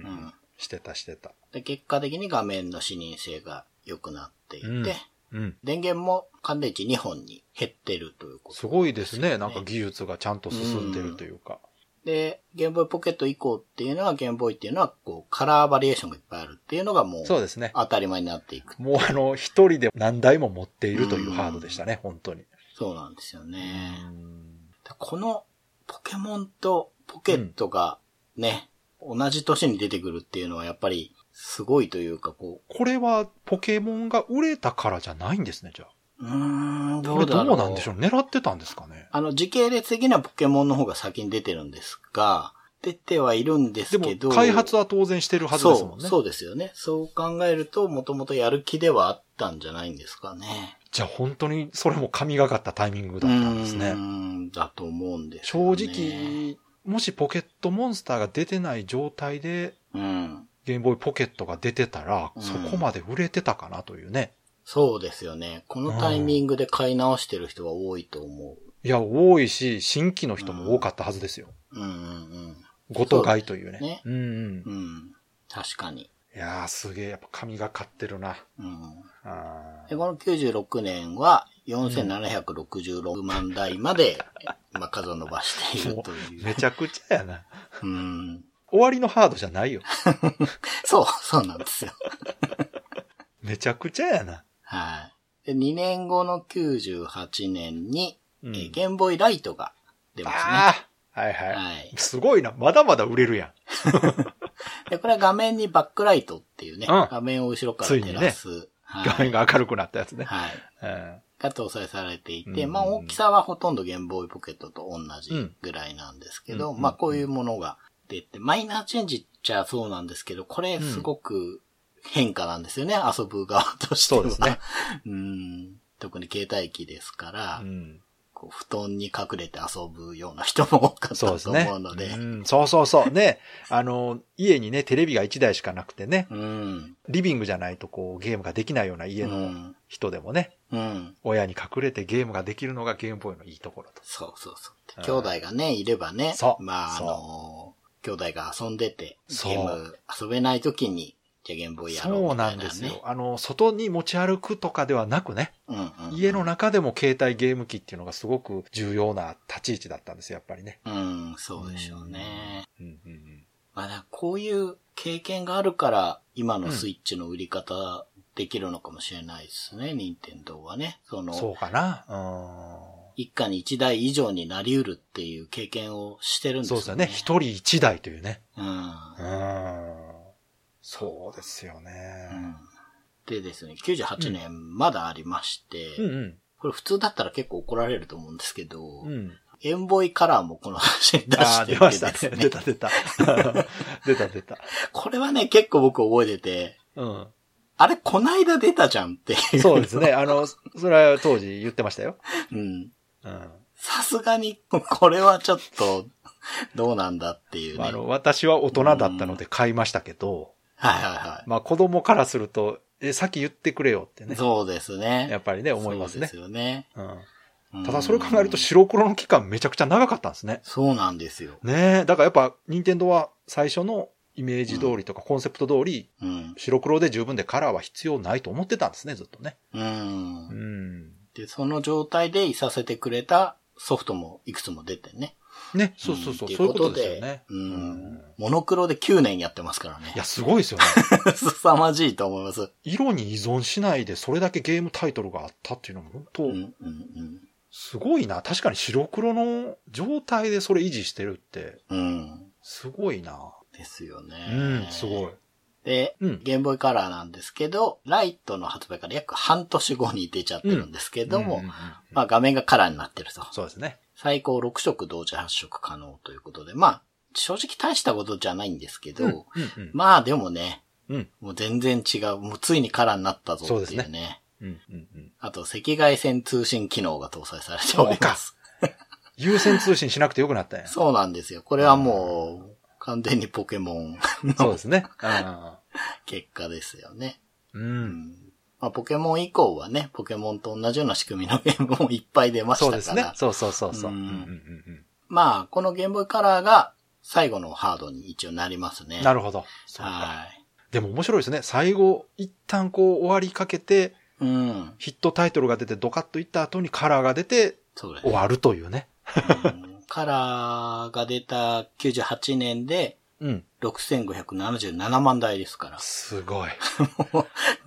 Speaker 3: ん。
Speaker 2: してたしてた。
Speaker 3: で結果的に画面の視認性が良くなっていて、
Speaker 2: うんうん。
Speaker 3: 電源も乾電池2本に減ってるということ。
Speaker 2: すごいですね。なんか技術がちゃんと進んでるというか。
Speaker 3: で、ゲームボーイポケット以降っていうのは、ゲームボーイっていうのは、こう、カラーバリエーションがいっぱいあるっていうのがもう、
Speaker 2: そうですね。
Speaker 3: 当たり前になっていく。
Speaker 2: もうあの、一人で何台も持っているというハードでしたね、本当に。
Speaker 3: そうなんですよね。
Speaker 2: うん
Speaker 3: でこの、ポケモンとポケットがね、同じ年に出てくるっていうのは、やっぱり、すごいというか、こ
Speaker 2: これはポケモンが売れたからじゃないんですね、じゃあ。
Speaker 3: う、うーん、ど
Speaker 2: これ
Speaker 3: うだろ
Speaker 2: ど
Speaker 3: う。
Speaker 2: うなんでしょう狙ってたんですかね
Speaker 3: あの、時系列的にはポケモンの方が先に出てるんですが、出てはいるんで
Speaker 2: で
Speaker 3: すけど。
Speaker 2: も、開発は当然してるはずですもん
Speaker 3: そう、
Speaker 2: ね。
Speaker 3: そうですよね。そう考えると、もともとやる気ではあったんじゃないんですかね。
Speaker 2: じゃあ本当にそれも神がかったタイミングだったんです
Speaker 3: う
Speaker 2: ね。
Speaker 3: ーんだと思うんです
Speaker 2: 正
Speaker 3: よね
Speaker 2: 直、もしポケットモンスターが出てない状態で、
Speaker 3: うん。
Speaker 2: ゲームボーイポケットが出てたら、
Speaker 3: うん
Speaker 2: そこまで売れてたかなというね。
Speaker 3: そうですよね。このタイミングで買い直してる人は多いと思
Speaker 2: いや、多いし、新規の人も多かったはずですよ。
Speaker 3: う。うんうん
Speaker 2: ごと買いというね。
Speaker 3: そうですね
Speaker 2: うんうん
Speaker 3: うん。うん。確かに。
Speaker 2: いやー、すげえ、やっぱ神がかってるな。
Speaker 3: うん。
Speaker 2: あ
Speaker 3: で、
Speaker 2: ー
Speaker 3: この96年は、4766万台まで、まあ、数を伸ばしている という。
Speaker 2: めちゃくちゃやな。
Speaker 3: うん。
Speaker 2: 終わりのハードじゃないよ。
Speaker 3: そう、そうなんですよ。
Speaker 2: めちゃくちゃやな。
Speaker 3: はい。で、2年後の98年に、
Speaker 2: うん
Speaker 3: えーゲームボーイライトが出ますね。
Speaker 2: ああはいはい。
Speaker 3: はい。
Speaker 2: すごいな。まだまだ売れるやん。
Speaker 3: で、これは画面にバックライトっていうね、
Speaker 2: うん
Speaker 3: 画面を後ろから照らす。はい、
Speaker 2: 画面が明るくなったやつね。
Speaker 3: はい。
Speaker 2: うん
Speaker 3: が搭載されてい
Speaker 2: うんうん
Speaker 3: て、
Speaker 2: うん
Speaker 3: まあ大きさはほとんどゲームボーイポケットと同じぐらいなんですけど、
Speaker 2: うん
Speaker 3: まあこういうものが出て、マイナーチェンジっちゃそうなんですけど、これすごく変化なんですよね、遊ぶ側としては。
Speaker 2: そうですね。
Speaker 3: うん。特に携帯機ですから、
Speaker 2: うん。
Speaker 3: こう布団に隠れて遊ぶような人も多かった
Speaker 2: そうです
Speaker 3: と
Speaker 2: ね。
Speaker 3: 思うので、
Speaker 2: うんそうそうそう。ね。あの、家にね、テレビが1台しかなくてね、
Speaker 3: うん。
Speaker 2: リビングじゃないとこう、ゲームができないような家
Speaker 3: う
Speaker 2: の
Speaker 3: ん。
Speaker 2: 人でもね、
Speaker 3: うん。
Speaker 2: 親に隠れてゲームができるのがゲームボーイのいいところと。
Speaker 3: そうそうそうう。
Speaker 2: ん
Speaker 3: 兄弟がね、いればね、
Speaker 2: そう
Speaker 3: まあ、あ
Speaker 2: そう
Speaker 3: のー兄弟が遊んでて、
Speaker 2: そう
Speaker 3: ゲーム遊べない時に、じゃあゲームボーイやろう
Speaker 2: そう
Speaker 3: みた
Speaker 2: ない
Speaker 3: な、
Speaker 2: ん
Speaker 3: ね。
Speaker 2: ですよ。あの、外に持ち歩くとかではなくね、
Speaker 3: うんうんうん
Speaker 2: 家の中でも携帯ゲーム機っていうのがすごく重要な立ち位置だったんですよ、やっぱりね。
Speaker 3: うん、そうでしょうね。
Speaker 2: うんうんうん
Speaker 3: まあ、だからこういう経験があるから、今のスイッチの売り方できるのかもしれないですね、任天堂はね。その、
Speaker 2: そうかな。うん
Speaker 3: 一家に一台以上になり得るっていう経験をしてるんです
Speaker 2: そう
Speaker 3: よ
Speaker 2: で
Speaker 3: ね。
Speaker 2: すよね。一人一台というね。
Speaker 3: うん。
Speaker 2: うん。そうですよね。
Speaker 3: でですね、98年まだありまして、
Speaker 2: うん
Speaker 3: これ普通だったら結構怒られると思うんですけど、
Speaker 2: うん。うん。
Speaker 3: ゲームボーイカラーもこの話に出
Speaker 2: ああ、
Speaker 3: して
Speaker 2: 出
Speaker 3: る
Speaker 2: ま
Speaker 3: わけ
Speaker 2: した
Speaker 3: です
Speaker 2: ね。
Speaker 3: ね。
Speaker 2: 出た 出た。出た出た。
Speaker 3: これはね、結構僕覚えてて、
Speaker 2: うん。
Speaker 3: あれ、こないだ出たじゃんってい う。
Speaker 2: そうですね。あの、それは当時言ってましたよ。
Speaker 3: うん。
Speaker 2: うん。
Speaker 3: さすがに、これはちょっと、どうなんだっていうね。
Speaker 2: まあ、
Speaker 3: は
Speaker 2: あ
Speaker 3: い
Speaker 2: の、私は大人だったので買いましたけど、
Speaker 3: は
Speaker 2: まあ子供からすると、え、先言ってくれよって
Speaker 3: いはい。
Speaker 2: ね。
Speaker 3: そうですね。
Speaker 2: やっぱりね、思います
Speaker 3: そうで
Speaker 2: ね
Speaker 3: す。よね。
Speaker 2: うん。
Speaker 3: うん
Speaker 2: ただそれ考えると白黒の期間めちゃくちゃ長かったんですね。
Speaker 3: そうなんですよ。
Speaker 2: ねえ。だからやっぱ、任天堂は最初のイメージ通りとかコンセプト通り、
Speaker 3: うん。
Speaker 2: 白黒で十分でカラーは必要ないと思ってたんですね、ずっとね。
Speaker 3: うん
Speaker 2: うん。
Speaker 3: っていう、その状態でいさせてくれたソフトもいくつも出てね。
Speaker 2: ね、そうそうそう、
Speaker 3: ん
Speaker 2: そういうことですよね。
Speaker 3: ということでうん。モノクロで9年やってますからね
Speaker 2: い。や、すごいですよね。
Speaker 3: 凄まじいと思います。
Speaker 2: 色に依存しないで、それだけゲームタイトルがあったっていうのも、本
Speaker 3: う
Speaker 2: 当
Speaker 3: ん、うん、うん。
Speaker 2: すごいな。確かに白黒の状態でそれ維持してるって、
Speaker 3: うん。
Speaker 2: すごいな。
Speaker 3: ですよね。
Speaker 2: うん、すごい。
Speaker 3: で、
Speaker 2: うん。
Speaker 3: ゲームボーイカラーなんですけど、ライトの発売から約半年後に出ちゃってるんですけども、
Speaker 2: んんんん
Speaker 3: まあ画面がカラーになってると。
Speaker 2: そうですね。
Speaker 3: 最高6色同時発色可能ということで、まあ、正直大したことじゃないんですけど、
Speaker 2: うんうん
Speaker 3: まあでもね、
Speaker 2: うん
Speaker 3: もう全然違う。もうついにカラーになったぞっていうね。
Speaker 2: そうですうんうんうん
Speaker 3: あと、赤外線通信機能が搭載されております。
Speaker 2: 優先通信しなくてよくなったんや。
Speaker 3: そうなんですよ。これはもう、完全にポケモン
Speaker 2: そうですね。あ
Speaker 3: 結果ですよね。
Speaker 2: ーう。
Speaker 3: うんんまあ、ポケモン以降はね、ポケモンと同じような仕組みのゲームもいっぱい出ました
Speaker 2: そう
Speaker 3: から。
Speaker 2: ですね。そうそうそうそう。
Speaker 3: う
Speaker 2: うんんうん
Speaker 3: まあ、このゲームボーイカラーが最後のハードに一応なります
Speaker 2: う
Speaker 3: ね。
Speaker 2: んな
Speaker 3: る
Speaker 2: るほど。そうか
Speaker 3: はい。
Speaker 2: でも面白いですね。最後、一旦こう終わりかけて、
Speaker 3: うん。
Speaker 2: ヒットタイトルが出てドカッといった後にカラーが出て
Speaker 3: そうです
Speaker 2: 終
Speaker 3: ね。
Speaker 2: わるというね。
Speaker 3: うんカラーが出た98年で
Speaker 2: うん。
Speaker 3: 6577万台ですから。
Speaker 2: すごい。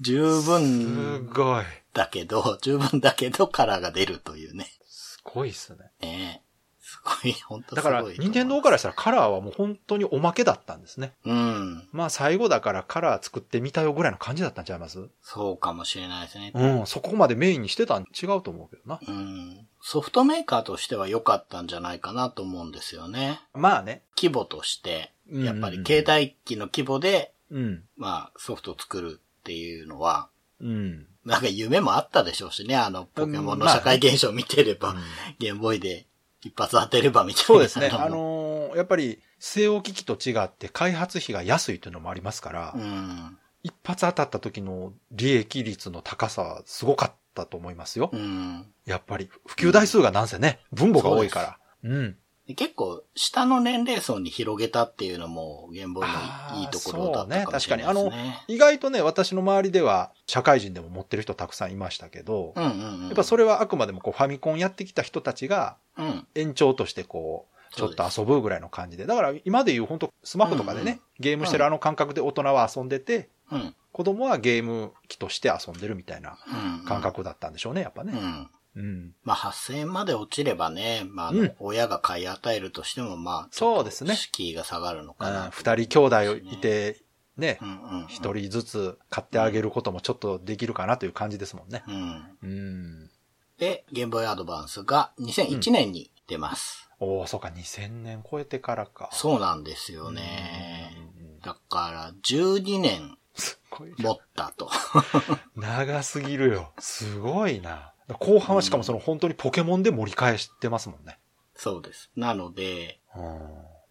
Speaker 3: 十
Speaker 2: す
Speaker 3: 分
Speaker 2: ごい。
Speaker 3: だけど、十分だけどカラーが出るというね。
Speaker 2: すごいっすね。
Speaker 3: ねえすごい、本当
Speaker 2: だ
Speaker 3: すご
Speaker 2: か
Speaker 3: いと
Speaker 2: ら、
Speaker 3: 思う。
Speaker 2: 任天堂からしたらカラーはもう本当におまけだったんですね。
Speaker 3: うん。
Speaker 2: まあ最後だからカラー作ってみたよぐらいの感じだったんちゃいます
Speaker 3: そうかもしれないですね。
Speaker 2: うん、そこまでメインにしてたん違うと思うけどな。
Speaker 3: うん。ソフトメーカーとしては良かったんじゃないかなと思うんですよね。
Speaker 2: まあね。
Speaker 3: 規模として、
Speaker 2: うん
Speaker 3: やっぱり携帯機の規模で、
Speaker 2: うん。
Speaker 3: まあ、ソフトを作るっていうのは、
Speaker 2: うん。
Speaker 3: なんか夢もあったでしょうしね、あの、ポケモン
Speaker 2: うんま
Speaker 3: の
Speaker 2: あ
Speaker 3: 社会現象見てれば、
Speaker 2: うん
Speaker 3: ゲームボーイで一発当てればみたい な。
Speaker 2: そうですね。
Speaker 3: も
Speaker 2: あ、のーやっぱり、西洋機器と違って開発費が安いというのもありますから、
Speaker 3: うん、
Speaker 2: 一発当たった時の利益率の高さはすごかったと思いますよ。
Speaker 3: うん。
Speaker 2: やっぱり、普及台数がなんせね、分母が多いから。うん。
Speaker 3: で結構、下の年齢層に広げたっていうのも、ゲームボーイのいい
Speaker 2: あー
Speaker 3: ところだったかもしれないです
Speaker 2: そうね
Speaker 3: ね。
Speaker 2: 意外とね、私の周りでは、社会人でも持ってる人たくさんいましたけど、
Speaker 3: うんうんうん。
Speaker 2: やっぱそれはあくまでもこうファミコンやってきた人たちが
Speaker 3: うん。
Speaker 2: 延長としてこう、ちょっと遊ぶぐらいの感じで。だから今で言う本当スマホとかで
Speaker 3: うんう
Speaker 2: ね、ゲームしてるあの感覚で大人は遊んでて、
Speaker 3: そうです。
Speaker 2: 子供はゲーム機として遊んでるみたいな
Speaker 3: うん。うん。
Speaker 2: 感。覚だったんでしょうね、やっぱ
Speaker 3: う
Speaker 2: ね。
Speaker 3: ん。
Speaker 2: うん。
Speaker 3: まあ、8000円まで落ちればね、まあ、あ
Speaker 2: う
Speaker 3: の
Speaker 2: ん、
Speaker 3: 親が買い与えるとしても、まあ、
Speaker 2: そうですね
Speaker 3: 敷居が下がるの
Speaker 2: う
Speaker 3: か
Speaker 2: ん
Speaker 3: な。
Speaker 2: 二人兄弟いて、ね
Speaker 3: う、んうんうん。
Speaker 2: 一人ずつ買ってあげることもちょっとできるかなという感じですもんね。
Speaker 3: うん。
Speaker 2: うん。
Speaker 3: で、ゲームボーイアドバンスが2001年に出ます。
Speaker 2: おおそうか、2000年超えてからか。
Speaker 3: そうなんですよ
Speaker 2: う
Speaker 3: ね。
Speaker 2: んうんうん
Speaker 3: だから、12年
Speaker 2: すごいな
Speaker 3: 持ったと。
Speaker 2: 長すぎるよ。すごいな。後半はしかもその本当にポケモンで盛り返してますもんね。
Speaker 3: そうです。なので、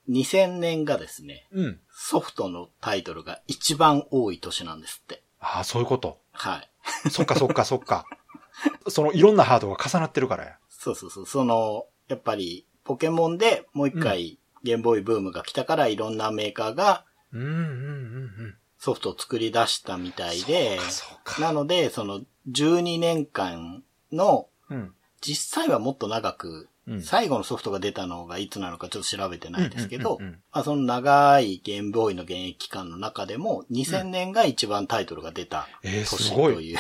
Speaker 2: う
Speaker 3: 2000年がですね、
Speaker 2: ん。うん。
Speaker 3: ソフトのタイトルが一番多い年なんですって。
Speaker 2: ああ、そういうこと。
Speaker 3: はい。
Speaker 2: そっかそっかそっか。 そのいろんなハードが重なってるからや。
Speaker 3: そうそうそう。その、やっぱり、ポケモンでもう一回、ゲームボーイブームが来たから、いろんなメーカーが
Speaker 2: うんうんうん
Speaker 3: ソフトを作り出したみたいで
Speaker 2: うん。、そうか。
Speaker 3: なので、その、12年間の、
Speaker 2: うん。
Speaker 3: 実際はもっと長く、
Speaker 2: うん
Speaker 3: 最後のソフトが出たのがいつなのかちょっと調べてないですけ
Speaker 2: うんう
Speaker 3: ど
Speaker 2: んうんうん、
Speaker 3: まあその長いゲームボーイの現役期間の中でも2000年が一番タイトルが出た
Speaker 2: えー
Speaker 3: 年
Speaker 2: す
Speaker 3: と
Speaker 2: ご
Speaker 3: いう。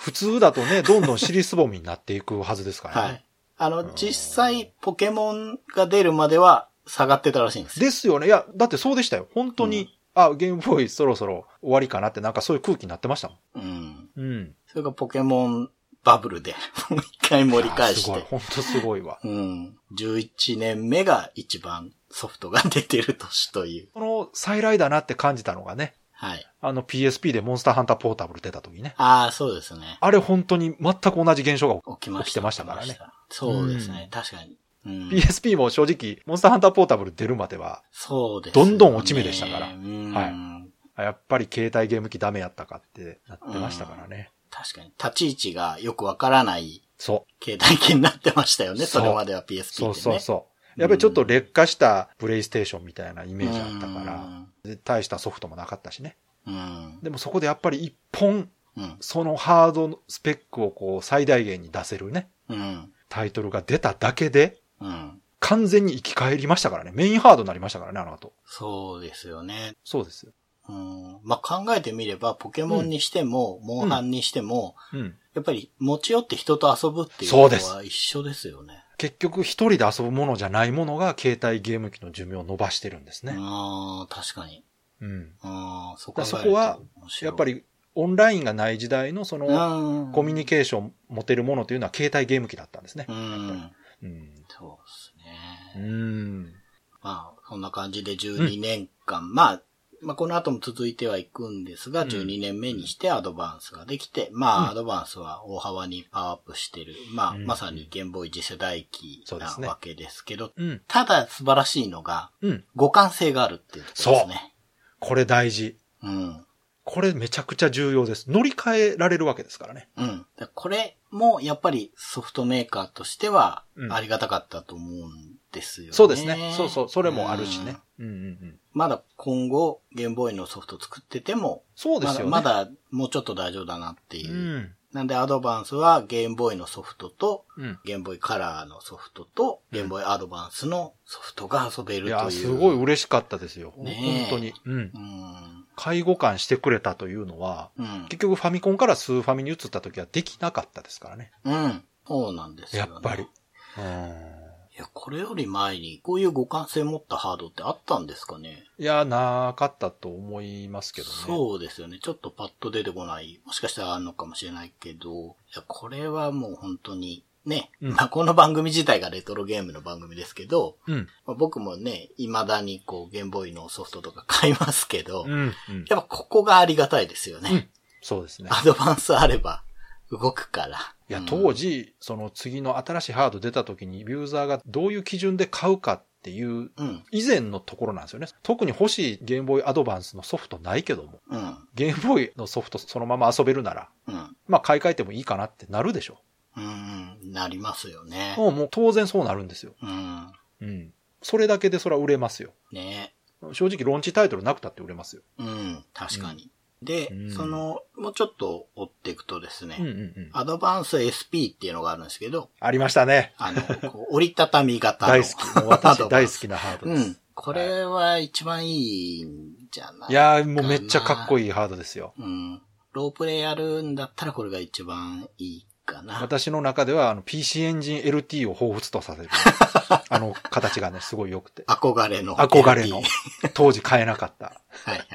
Speaker 2: 普通だとね、どんどん尻すぼみになっていくはずですからね。
Speaker 3: はい。あの、実際ポケモンが出るまでは下がってたらしいんですよ。
Speaker 2: ですよね。いや、だってそうでしたよ。本当に、
Speaker 3: うん
Speaker 2: あ、ゲームボーイそろそろ終わりかなってなんかそういう空気になってましたも
Speaker 3: うん。
Speaker 2: ん。うん。
Speaker 3: それがポケモンバブルで もう一回盛り返し
Speaker 2: いやす
Speaker 3: て。
Speaker 2: ごい。本当すごいわ。
Speaker 3: うん。11年目が一番ソフトが出てる年という。
Speaker 2: この再来だなって感じたのがね、
Speaker 3: はい。
Speaker 2: あの PSP でモンスターハンターポータブル出た時ね。
Speaker 3: ああ、そうですね。
Speaker 2: あれ本当に全く同じ現象が
Speaker 3: 起きました。
Speaker 2: 起きてましたからね
Speaker 3: 起きました。そうですね、
Speaker 2: うん
Speaker 3: 確かに。うん、
Speaker 2: PSP も正直、モンスターハンターポータブル出るまでは、
Speaker 3: そうです、
Speaker 2: どんどん落ち目でしたから
Speaker 3: うん、
Speaker 2: はいあやっぱり携帯ゲーム機ダメやったかってなってましたからね。
Speaker 3: 確かに。立ち位置がよくわからない
Speaker 2: そう。
Speaker 3: 携帯機になってましたよね。
Speaker 2: そ
Speaker 3: そうれまでは PSP ってね。
Speaker 2: そうそうそう。
Speaker 3: うん
Speaker 2: やっぱりちょっと劣化したプレイステーションみたいなイメージあったから、
Speaker 3: ら。
Speaker 2: で大したソフトもなかったしね。
Speaker 3: うん。
Speaker 2: でもそこでやっぱり一本
Speaker 3: うん。
Speaker 2: そのハードのスペックをこう最大限に出せるね、
Speaker 3: うん。
Speaker 2: タイトルが出ただけで、
Speaker 3: うん。
Speaker 2: 完全に生き返りましたからね。メインハードになりましたからね、あの後。
Speaker 3: そうですよね。
Speaker 2: そうですよ。
Speaker 3: うん。まあ、考えてみれば、ポケモンにしても、モンハンにしても、
Speaker 2: うん。
Speaker 3: やっぱり持ち寄って人と遊ぶっていう
Speaker 2: そうです
Speaker 3: のは一緒ですよね。
Speaker 2: 結局一人で遊ぶものじゃないものが携帯ゲーム機の寿命を伸ばしてるんですね。
Speaker 3: ああ、確かに。
Speaker 2: うん。
Speaker 3: ああ、そ
Speaker 2: だか
Speaker 3: こ
Speaker 2: らそこは、やっぱ
Speaker 3: り、
Speaker 2: りオンラインがない時代のその
Speaker 3: うん。
Speaker 2: コミュニケーション持てるものというのは携帯ゲーム機だったんですね
Speaker 3: う。ん。
Speaker 2: うん。
Speaker 3: そうです
Speaker 2: う
Speaker 3: ね。
Speaker 2: ん。
Speaker 3: まあ、そんな感じで12年間、まあ、まあ、この後も続いてはいくんですが、
Speaker 2: うん
Speaker 3: 12年目にしてアドバンスができて、まあ、
Speaker 2: うん
Speaker 3: アドバンスは大幅にパワーアップしてる。まあ、
Speaker 2: うん
Speaker 3: まさにゲームボーイ次世代機
Speaker 2: そうですね
Speaker 3: なわけですけど、
Speaker 2: うん。
Speaker 3: ただ素晴らしいのが、
Speaker 2: うん。
Speaker 3: 互換性があるっていうところですね。
Speaker 2: これ大事。
Speaker 3: うん。
Speaker 2: これめちゃくちゃ重要です。乗り換えられるわけですからね。
Speaker 3: うん。だこれもやっぱりソフトメーカーとしては
Speaker 2: うん
Speaker 3: ありがたかったと思うんですよね。
Speaker 2: そうですね。そうそう。それもあるしね
Speaker 3: うん。。
Speaker 2: うんうんうん。
Speaker 3: まだ今後、ゲームボーイのソフト作ってても、
Speaker 2: そうで
Speaker 3: ますだ
Speaker 2: よね。
Speaker 3: まだもうちょっと大丈夫だなっていうう。
Speaker 2: ん。
Speaker 3: なんでアドバンスはゲームボーイのソフトと、
Speaker 2: うん。
Speaker 3: ゲームボーイカラーのソフトと、
Speaker 2: うん
Speaker 3: ゲームボーイアドバンスのソフトが遊べ
Speaker 2: い
Speaker 3: るという。
Speaker 2: や、すごい嬉しかったですよ。
Speaker 3: ねえ
Speaker 2: 本当に。うん
Speaker 3: う。ん。
Speaker 2: 介護官してくれたというのは、
Speaker 3: うん。
Speaker 2: 結局ファミコンからスーファミに移った時はできなかったですからね。
Speaker 3: うん。そうなんですよ、
Speaker 2: や
Speaker 3: ね。
Speaker 2: っぱり。う。ん。
Speaker 3: いや、これより前に、こういう互換性持ったハードってあったんですかね
Speaker 2: いや、なかったと思いますけどね。
Speaker 3: そうですよね。ちょっとパッと出てこない。もしかしたらあるのかもしれないけど、いや、これはもう本当に、ね、
Speaker 2: うん
Speaker 3: まあこの番組自体がレトロゲームの番組ですけど、
Speaker 2: う。うん。
Speaker 3: まあ、僕もね、未だにこう、ゲームボーイのソフトとか買いますけど、
Speaker 2: うん。うん。
Speaker 3: やっぱここがありがたいですよね。
Speaker 2: うんそうですね。
Speaker 3: アドバンスあれば、動くから。
Speaker 2: いや
Speaker 3: う、ん
Speaker 2: 当時、その次の新しいハード出た時に、ユーザーがどういう基準で買うかっていう、
Speaker 3: うん、
Speaker 2: 以前のところなんですよね。特に欲しいゲームボーイアドバンスのソフトないけども、
Speaker 3: うん、
Speaker 2: ゲームボーイのソフトそのまま遊べるなら、
Speaker 3: うん、
Speaker 2: まあ買い替えてもいいかなってなるでしょ
Speaker 3: うん、うんなりますよね
Speaker 2: う。。もうもう当然そうなるんですよ。
Speaker 3: うん、
Speaker 2: うん。それだけでそれは売れますよ。
Speaker 3: ね
Speaker 2: 正直、ロンチタイトルなくたって売れますよ。
Speaker 3: うん、確かに。で、
Speaker 2: うん
Speaker 3: その、もうちょっと追っていくとですね、
Speaker 2: うんうんうん。
Speaker 3: アドバンス SP っていうのがあるんですけど、
Speaker 2: ありましたね。
Speaker 3: あの、こう 折りたたみ型の。
Speaker 2: 大好き。もう
Speaker 3: ア
Speaker 2: 私
Speaker 3: ドバ
Speaker 2: 大
Speaker 3: ン
Speaker 2: 好
Speaker 3: ス
Speaker 2: きなハード
Speaker 3: う
Speaker 2: です。
Speaker 3: ん。これは一番いいんじゃない
Speaker 2: いやー、もうめっちゃかっこ
Speaker 3: いい。
Speaker 2: いいハードですよ。
Speaker 3: うん。ロープレイやるんだったらこれが一番いいかな。
Speaker 2: 私の中では、あの、PC エンジン LT を彷彿とさせる。あの、形がね、すごい良くて。
Speaker 3: 憧れの。
Speaker 2: 憧れ の
Speaker 3: LD。
Speaker 2: 当時買えなかった。
Speaker 3: はいはい。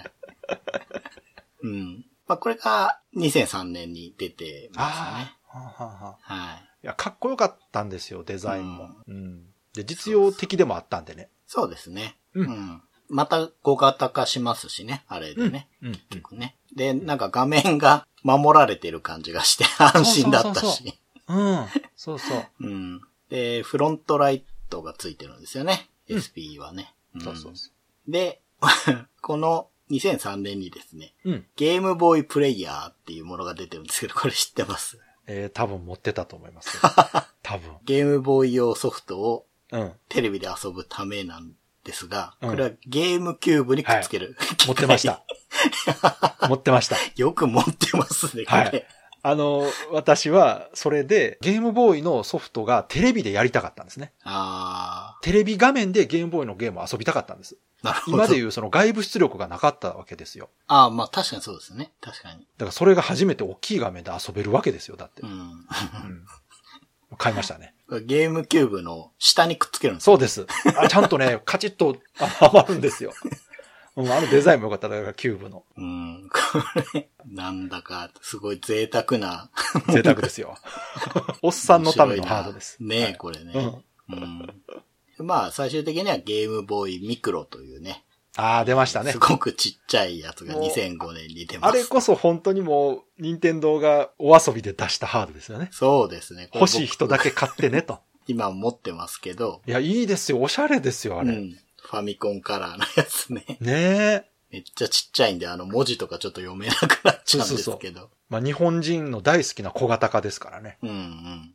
Speaker 3: うん。まあ、これが2003年に出てますね
Speaker 2: あ。あ。はあはあはあ
Speaker 3: はい。
Speaker 2: いや、かっこよかったんですよ、デザインも。うん。で、実用的でもあったんでね。
Speaker 3: そうですね。
Speaker 2: う
Speaker 3: うんん。また小型化しますしね、あれでね。
Speaker 2: うんうん
Speaker 3: 結局ね。で、なんか画面が守られてる感じがして安心だった
Speaker 2: そうそう
Speaker 3: し。
Speaker 2: うん。そうそう。
Speaker 3: うん。で、フロントライトがついてるんですよね。SP はね。ん
Speaker 2: そうそうそ
Speaker 3: で、 この2003年にですね、
Speaker 2: う。うん。
Speaker 3: ゲームボーイプレイヤーっていうものが出てるんですけど、これ知ってます
Speaker 2: えー、多分持ってたと思い ますよ。多分。
Speaker 3: ゲームボーイ用ソフトを
Speaker 2: うん。
Speaker 3: テレビで遊ぶためなんですが、
Speaker 2: うん
Speaker 3: これはゲームキューブにくっつける、
Speaker 2: 持ってまし た。持ってました。
Speaker 3: よく持ってますね、こ
Speaker 2: はい
Speaker 3: れ。
Speaker 2: あの、私は、それで、ゲームボーイのソフトがテレビでやりたかったんですね。
Speaker 3: あ
Speaker 2: テレビ画面でゲームボーイのゲームを遊びたかったんです。
Speaker 3: ー、なるほど。
Speaker 2: 今で言うその外部出力がなかったわけですよ。
Speaker 3: ああ、まあ確かにそうですね。確かに。
Speaker 2: だからそれが初めて大きい画面で遊べるわけですよ、だって
Speaker 3: う。ん。
Speaker 2: うん買いましたね。
Speaker 3: これゲームキューブの下にくっつけるんです
Speaker 2: そう
Speaker 3: で
Speaker 2: です。あちゃんとね、カチッとあはまるんですよ。うん、あのデザインも良かった。だからキューブの。
Speaker 3: す。うん。これ、なんだか、すごい贅沢な。
Speaker 2: 贅沢です よ。おっさんのための
Speaker 3: 面白い
Speaker 2: ハ
Speaker 3: な
Speaker 2: ードです。
Speaker 3: ねえ、
Speaker 2: はい
Speaker 3: これね。うん。まあ、最終的にはゲームボーイミクロというね、
Speaker 2: ああ、出ましたね
Speaker 3: す。ごくちっちゃいやつが
Speaker 2: もう
Speaker 3: 2005年に出ま
Speaker 2: あ
Speaker 3: す。
Speaker 2: れこそ本当にもう、任天堂がお遊びで出したハードですよね。
Speaker 3: そうですね。これ
Speaker 2: 欲しい人だけ買ってねと。
Speaker 3: 僕今持ってますけど、
Speaker 2: いや、いいですよ。おしゃれですよ、あ
Speaker 3: う
Speaker 2: れ。
Speaker 3: ん。ファミコンカラーのやつね。
Speaker 2: ねえ。
Speaker 3: めっちゃちっちゃいんで、あの文字とかちょっと読めなくなっちゃうんですけど。
Speaker 2: まあ、日本人の大好きな小型化ですからね。
Speaker 3: うんうん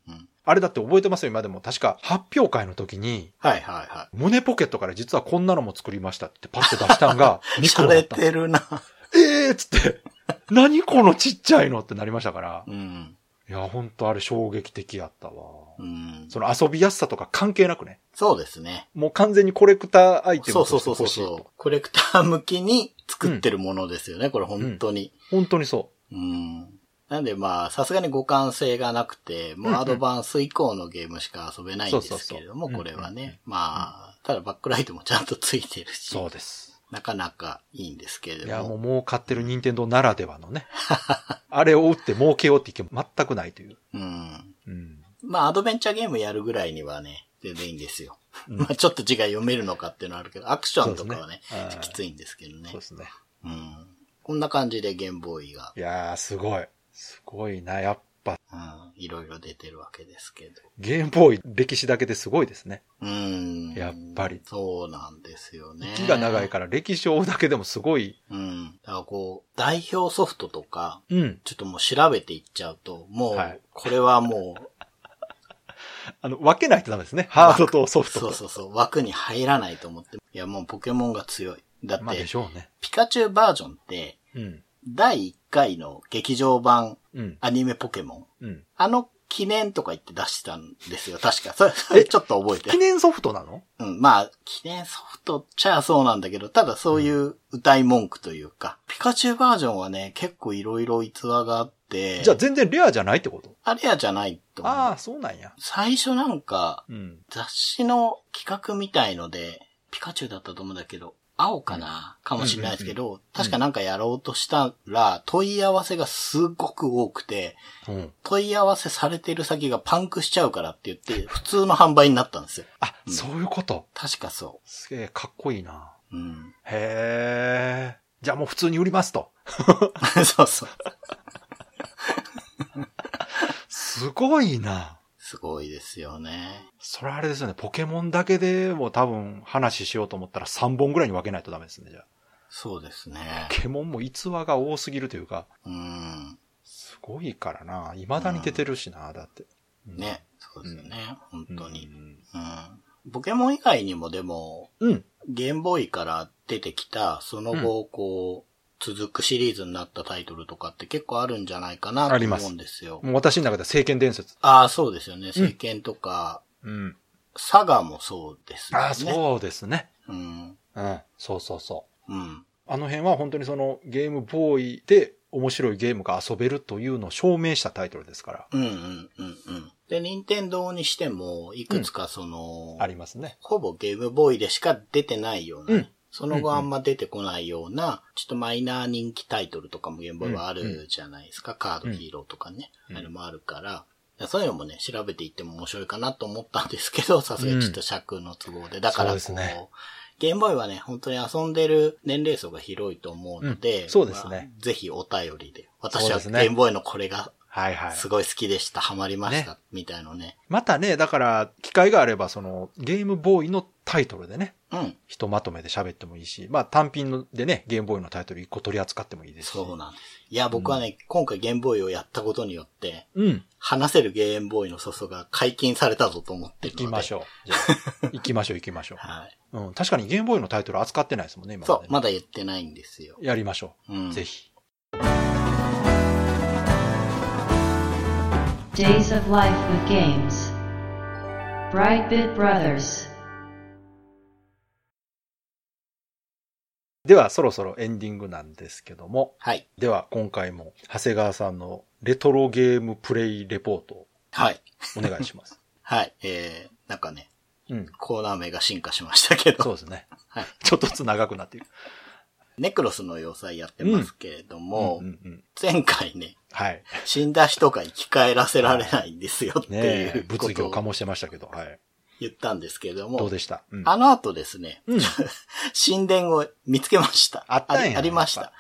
Speaker 3: うん。
Speaker 2: あれだって覚えてますよ、今でも。確か、発表会の時に、
Speaker 3: はいはいはい。
Speaker 2: 胸ポケットから 実はこんなのも作りましたってパッて出したんが、ミク
Speaker 3: 洒
Speaker 2: ロだ
Speaker 3: れ
Speaker 2: ったんです
Speaker 3: てるな。
Speaker 2: ええーっつって、何このちっちゃいのってなりましたから。
Speaker 3: うん。
Speaker 2: いや、ほんとあれ衝撃的やったわ。
Speaker 3: うん。
Speaker 2: その遊びやすさとか関係なくね。
Speaker 3: そうですね。
Speaker 2: もう完全にコレクターアイテム
Speaker 3: そ
Speaker 2: と
Speaker 3: うそう
Speaker 2: し
Speaker 3: そ
Speaker 2: て
Speaker 3: うそう
Speaker 2: 欲しい。
Speaker 3: そう。コレクター向きに作ってるものですよね、これ本当に。
Speaker 2: 本当にそ
Speaker 3: うん。なんでまあ、さすがに互換性がなくて、もうアドバンス以降のゲームしか遊べないんですけれども、
Speaker 2: そうそう
Speaker 3: こ
Speaker 2: そう
Speaker 3: れはね。まあ、ただバックライトもちゃんとついてる
Speaker 2: う。
Speaker 3: し
Speaker 2: そ、うです。
Speaker 3: なかなかいいんですけれ
Speaker 2: い
Speaker 3: ど
Speaker 2: や、
Speaker 3: も。
Speaker 2: もうもう買ってる任天堂ならではのね。 あれを打って儲けようって意見全くないという。
Speaker 3: うん。
Speaker 2: うん。
Speaker 3: まあ、アドベンチャーゲームやるぐらいにはね、全然いいんですよ。
Speaker 2: うん
Speaker 3: まあ、ちょっと字が読めるのかっていうのはあるけど、アクションとかはね、
Speaker 2: そうですね
Speaker 3: きついんですけどね
Speaker 2: そう。ですね。
Speaker 3: うん。こんな感じでゲームボーイが、
Speaker 2: いやー、すごい。すごいな。やっぱ、
Speaker 3: うん、いろいろ出てるわけですけど。
Speaker 2: ゲームボーイ歴史だけですごいですね。
Speaker 3: うん。
Speaker 2: やっぱり
Speaker 3: そうなんですよね。
Speaker 2: 木が長いから歴史を追うだけでもすごい。
Speaker 3: うん。だからこう、代表ソフトとか、
Speaker 2: うん。
Speaker 3: ちょっともう調べていっちゃうと、も
Speaker 2: は
Speaker 3: う
Speaker 2: い、
Speaker 3: これはもう、
Speaker 2: あの、分けないとダメですね。ハードとソフト
Speaker 3: そう
Speaker 2: と。
Speaker 3: そうそう、枠に入らないと思って。いや、もうポケモンが強い。だっ
Speaker 2: まあ
Speaker 3: て
Speaker 2: で、しょうね。
Speaker 3: ピカチュウバージョンって、
Speaker 2: うん。
Speaker 3: 第1回の劇場版
Speaker 2: うん。
Speaker 3: アニメポケモン。
Speaker 2: うん。
Speaker 3: あの記念とか言って出したんですよ、確か。それ、それちょっと覚えて
Speaker 2: 記
Speaker 3: る。
Speaker 2: 念ソフトなの
Speaker 3: うん、まあ、記念ソフトっちゃそうなんだけど、ただそういう歌い文句というか、ピカチュウバージョンはね、結構いろいろ逸話があって、
Speaker 2: じゃあ全然レアじゃないってこと
Speaker 3: あれやじゃないと思う。
Speaker 2: ああ、そうなんや。
Speaker 3: 最初なんか、
Speaker 2: うん。
Speaker 3: 雑誌の企画みたいので、ピカチュウだったと思うんだけど、青かな、かもしれないですけど、確かなんかやろうとしたら、問い合わせがすごく多くて、
Speaker 2: うん。
Speaker 3: 問い合わせされてる先がパンクしちゃうからって言って、普通の販売になったんですよ。
Speaker 2: あ、そういうこと。
Speaker 3: 確かそ
Speaker 2: すげえ、かっこいいな。
Speaker 3: う。 うん。
Speaker 2: へえ。じゃあもう普通に売りますと。
Speaker 3: そうそう。
Speaker 2: すごいな。
Speaker 3: すごいですよね。
Speaker 2: それあれですよね。ポケモンだけでも多分話しようと思ったら3本ぐらいに分けないとダメですね、じゃあ。
Speaker 3: そうですね
Speaker 2: ポ。ケモンも逸話が多すぎるというか、
Speaker 3: うん。
Speaker 2: すごいからな。未だに出てるしな、だって。うん
Speaker 3: ね。。そうですよね。本当に。
Speaker 2: に。
Speaker 3: うん。ポケモン以外にもでも、
Speaker 2: うん。
Speaker 3: ゲームボーイから出てきた、その後、こう、続くシリーズになったタイトルとかって結構あるんじゃないかな
Speaker 2: あ
Speaker 3: と
Speaker 2: ります
Speaker 3: 思うんですよ。
Speaker 2: もう私の中では聖剣伝説。
Speaker 3: ああ、そうですよね。聖剣とか、
Speaker 2: うん。
Speaker 3: サガもそうですよね。
Speaker 2: ああ、そうですね。
Speaker 3: うん。
Speaker 2: うん。そうそうそう。
Speaker 3: うん。
Speaker 2: あの辺は本当にそのゲームボーイで面白いゲームが遊べるというのを証明したタイトルですから。
Speaker 3: うんうんうんうん。で、任天堂にしても、いくつかその、
Speaker 2: ありますね。
Speaker 3: ほぼゲームボーイでしか出てないような、
Speaker 2: うん
Speaker 3: その後あんま出てこないような、ちょっとマイナー人気タイトルとかもゲームボーイはあるじゃないですか。カードヒーローとかね。
Speaker 2: うん
Speaker 3: あれもあるから、そういうのもね、調べていっても面白いかなと思ったんですけど、さすがにちょっと尺の都合で。だからこう、
Speaker 2: そうですね
Speaker 3: ゲームボーイはね、本当に遊んでる年齢層が広いと思うので、
Speaker 2: うんそうですね
Speaker 3: まあぜひお便りで。私は
Speaker 2: そうです
Speaker 3: ゲ
Speaker 2: ね
Speaker 3: ームボーイのこれが
Speaker 2: はいはい。
Speaker 3: すごい好きでした、ハマりました、みたいのね。
Speaker 2: またね、だから、機会があれば、その、ゲームボーイのタイトルでね、
Speaker 3: うん。
Speaker 2: ひとまとめで喋ってもいいし、まあ単品のでね、ゲームボーイのタイトル一個取り扱ってもいいですし。
Speaker 3: そうなんです。いや、僕はね、今回ゲームボーイをやったことによって、
Speaker 2: うん。
Speaker 3: 話せるゲームボーイの素素が解禁されたぞと思ってる
Speaker 2: 行
Speaker 3: ので。
Speaker 2: きましょう。じゃ あ行きましょう行きましょ
Speaker 3: はい。
Speaker 2: う。うん。確かにゲームボーイのタイトル扱ってないですもんね、今ま
Speaker 3: そ
Speaker 2: で
Speaker 3: う、まだ言ってないんですよ。
Speaker 2: やりましょ
Speaker 3: う
Speaker 2: う。
Speaker 3: ん。
Speaker 2: ぜひ。
Speaker 1: Days of Life with Games. Brightbit Brothers.
Speaker 2: では、そろそろエンディングなんですけども、
Speaker 3: はい。
Speaker 2: では今回も長谷川さんのレトロゲームプレイレポートを
Speaker 3: はい。
Speaker 2: お願いし ます。
Speaker 3: はい。えー、なんかね、
Speaker 2: うん。
Speaker 3: コーナー名が進化しましたけ
Speaker 2: そ
Speaker 3: ど、
Speaker 2: うですね。
Speaker 3: はい
Speaker 2: ちょっとずつ長くなっている。
Speaker 3: ネクロスの要塞やってますけれども、
Speaker 2: うんうんうん
Speaker 3: 前回ね、
Speaker 2: はい。
Speaker 3: 死んだ人が生き返らせられないんですよって
Speaker 2: ね
Speaker 3: い
Speaker 2: え
Speaker 3: う、こ
Speaker 2: 物議
Speaker 3: と
Speaker 2: を
Speaker 3: を
Speaker 2: 醸してましたけど、はい。
Speaker 3: 言ったんですけれども、
Speaker 2: どうでしたうん。
Speaker 3: あの後ですね、
Speaker 2: うん
Speaker 3: 神殿を見つけました。
Speaker 2: あったんや
Speaker 3: りありまし。
Speaker 2: やった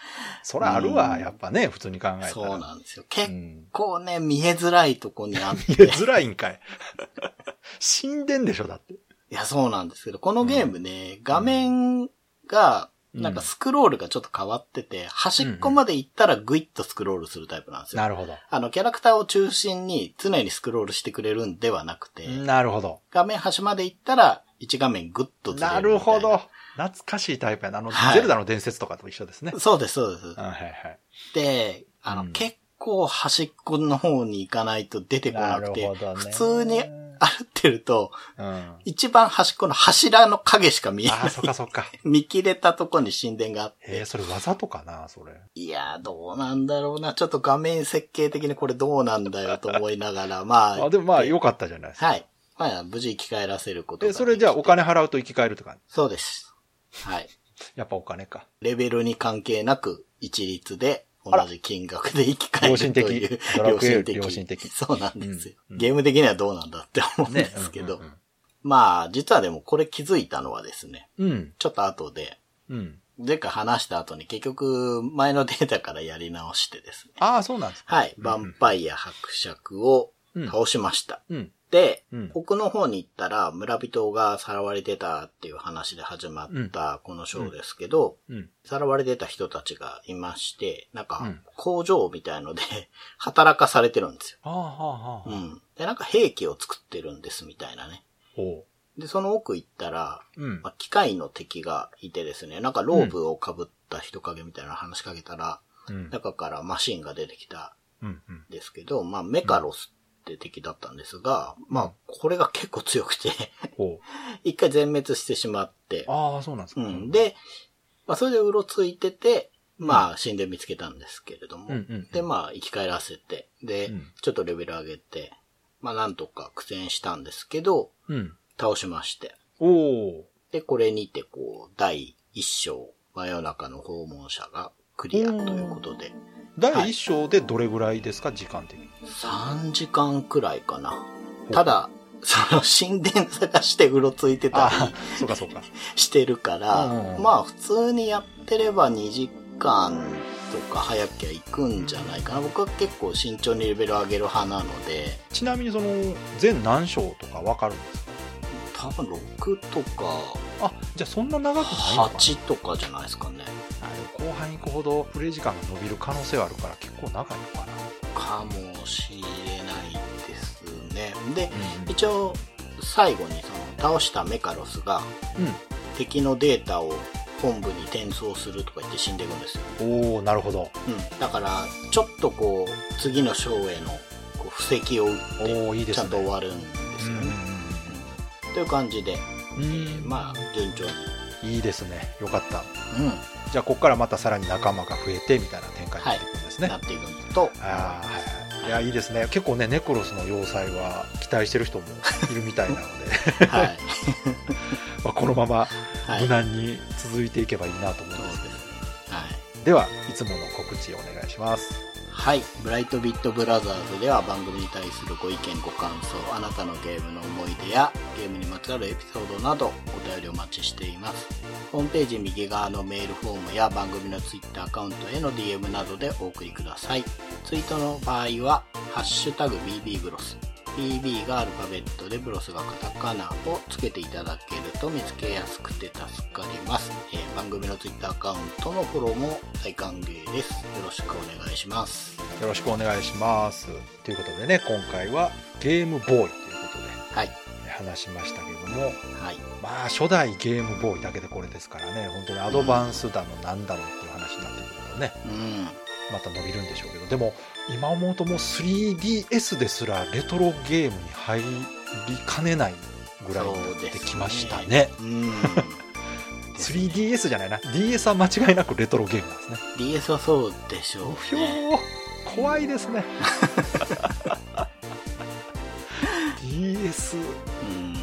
Speaker 2: そらあるわ、
Speaker 3: うん
Speaker 2: やっぱね、普通に考えたら。
Speaker 3: そうなんですよ。結
Speaker 2: うん
Speaker 3: 構ね、見えづらいとこにあっ
Speaker 2: 見
Speaker 3: て。
Speaker 2: え
Speaker 3: い
Speaker 2: づらいんかい。 死んでんでしょ、だって。
Speaker 3: や、そうなんですけど、このゲームね、画面が、なんかスクロールがちょっと変わってて、端っこまで行ったらグイッとスクロールするタイプなんですよ。
Speaker 2: なるほど。
Speaker 3: あの、キャラクターを中心に常にスクロールしてくれるんではなくて、
Speaker 2: なるほど。
Speaker 3: 画面端まで行ったら1画面グッとずれる
Speaker 2: な
Speaker 3: みたい
Speaker 2: るほど。懐かしいタイプやな。あの、
Speaker 3: はい
Speaker 2: ゼルダの伝説とかと一緒ですね。
Speaker 3: そうです、そうです
Speaker 2: うん。はいはい。
Speaker 3: で、あの、
Speaker 2: うん
Speaker 3: 結構端っこの方に行かないと出てこなくて、普通に歩
Speaker 2: うん。
Speaker 3: ってると、
Speaker 2: あ
Speaker 3: 一番端っこの柱の影しか見えな
Speaker 2: あ、
Speaker 3: い。
Speaker 2: そっかそっか。
Speaker 3: 見切れたとこに神殿があっ
Speaker 2: え
Speaker 3: て
Speaker 2: ー、。それ技とかな、それ。
Speaker 3: いやー、どうなんだろうな。ちょっと画面設計的にこれどうなんだよと思いながら、まあ。
Speaker 2: あ、でもまあ、良かったじゃないですか。
Speaker 3: はい。まあ、無事生き返らせること
Speaker 2: え、
Speaker 3: が
Speaker 2: それじゃあお
Speaker 3: できて
Speaker 2: 金払うと生き返るって感
Speaker 3: そうです。はい。
Speaker 2: じ。やっぱお金か。
Speaker 3: レベルに関係なく、一律で、同
Speaker 2: あら
Speaker 3: じ金額で生き返
Speaker 2: 良
Speaker 3: る
Speaker 2: 心
Speaker 3: とい
Speaker 2: 的
Speaker 3: う。
Speaker 2: ドラクエより良心的
Speaker 3: そうなんですよ、
Speaker 2: うん
Speaker 3: ゲーム的にはどうなんだって思うんですけど。
Speaker 2: うんうん
Speaker 3: まあ、実はでもこれ気づいたのはですね、
Speaker 2: うん。
Speaker 3: ちょっと後で、
Speaker 2: うん。うん。
Speaker 3: 前回話した後に結局、前のデータからやり直してですね。
Speaker 2: ああ、そうなんですか。
Speaker 3: はい。ヴァンパイア伯爵を
Speaker 2: うん。
Speaker 3: 倒しました。
Speaker 2: うん。
Speaker 3: で、
Speaker 2: うん
Speaker 3: 奥の方に行ったら村人がさらわれてたっていう話で始まったこのショーですけど、
Speaker 2: うん。
Speaker 3: さらわれてた人たちがいまして、なん
Speaker 2: う
Speaker 3: か
Speaker 2: ん
Speaker 3: 工場みたいので 働かされてるんですよ。
Speaker 2: ああ、はあ、はあ。
Speaker 3: うん。で、なんか兵器を作ってるんですみたいなね。
Speaker 2: ほ
Speaker 3: で、その奥行ったら、
Speaker 2: う。うん
Speaker 3: ま。あ、機械の敵がいてですね、なんかローブを被った人影みたいなの話しかけたら、
Speaker 2: うん。
Speaker 3: 中からマシンが出てきた
Speaker 2: うん。うん
Speaker 3: んですけど、まあメカロスって敵だったんですが、まあこれが結構強くて、
Speaker 2: ほう。
Speaker 3: 一回全滅してしまって、
Speaker 2: ああ、そうなんです
Speaker 3: う
Speaker 2: か。
Speaker 3: ん。、で、まあそれでうろついてて、まあ死んで見つけたんですけれども、
Speaker 2: うんうん。
Speaker 3: で、まあ生き返らせて、で、
Speaker 2: うん
Speaker 3: ちょっとレベル上げて、まあなんとか苦戦したんですけど、
Speaker 2: うん。
Speaker 3: 倒しまして、
Speaker 2: おお
Speaker 3: で、これにて、こう、第一章、真夜中の訪問者がクリアということで、
Speaker 2: ー。第一章でどれぐらいですか、時間的に。
Speaker 3: 3時間くらいかな
Speaker 2: ほ。う
Speaker 3: ただ、その神殿探してうろついて
Speaker 2: あ
Speaker 3: た
Speaker 2: あ、 そうかそうか。
Speaker 3: りしてるか
Speaker 2: うん
Speaker 3: ら
Speaker 2: う、ん
Speaker 3: まあ普通にやってれば2時間とか早きゃ行くんじゃないかな。僕は結構慎重にレベル上げる派なので、
Speaker 2: ちなみにその、全何章とかわかるんですか
Speaker 3: 多分6とか
Speaker 2: あ、じゃあそんな長くないのかな
Speaker 3: 8とかじゃないですかね。
Speaker 2: あでも後半行くほどプレイ時間が伸びる可能性はあるから結構長いのかな。
Speaker 3: かもしれないですね。で、
Speaker 2: うん
Speaker 3: 一応最後にその倒したメカロスが
Speaker 2: うん。
Speaker 3: 敵のデータを本部に転送するとか言って死んでいくんですよ、
Speaker 2: おおなるほど
Speaker 3: うん、だからちょっとこう次の章へのこう布石を打
Speaker 2: おおいい
Speaker 3: っ
Speaker 2: で
Speaker 3: て
Speaker 2: す
Speaker 3: ちゃ
Speaker 2: ね
Speaker 3: んと終わるんですよねという感じで、
Speaker 2: うんうんうん
Speaker 3: まあ順調に、
Speaker 2: いいですねよかった
Speaker 3: うん
Speaker 2: じゃあここからまたさらに仲間が増えてみたいな展開になっていくんですね、
Speaker 3: なっていくのと
Speaker 2: ああはいはいいやいいですね結構ねネクロスの要塞は期待してる人もいるみたい なので
Speaker 3: はい、
Speaker 2: まあこのまま
Speaker 3: はい
Speaker 2: 無難に続いていけばいいなと思うんですけど、
Speaker 3: はい
Speaker 2: ではいつもの告知をお願いします
Speaker 3: はい。ブライトビットブラザーズでは番組に対するご意見、ご感想、あなたのゲームの思い出やゲームにまつわるエピソードなどお便りお待ちしています。ホームページ右側のメールフォームや番組のツイッターアカウントへの DM などでお送りください。ツイートの場合は、ハッシュタグ BB ブロス。BB がアルファベットでブロスがカタカナをつけていただけると見つけやすくて助かります、えー番組のツイッターアカウントのフォローも大歓迎ですよろしくお願いします
Speaker 2: よろしくお願いしますということでね今回はゲームボーイということで
Speaker 3: はい
Speaker 2: 話しましたけれども
Speaker 3: はい
Speaker 2: まあ初代ゲームボーイだけでこれですからね本当にアドバンスだのなんだのっていう話になってくるとね
Speaker 3: うん
Speaker 2: また伸びるんでしょうけどでも今思うともう 3DS ですらレトロゲームに入りかねないぐらいになってきましたね
Speaker 3: うん
Speaker 2: 3DS じゃないな DS は間違いなくレトロゲームなんですね
Speaker 3: DS はそうでしょ
Speaker 2: う
Speaker 3: う
Speaker 2: ひょ
Speaker 3: ね
Speaker 2: ー怖いですね DS
Speaker 3: うん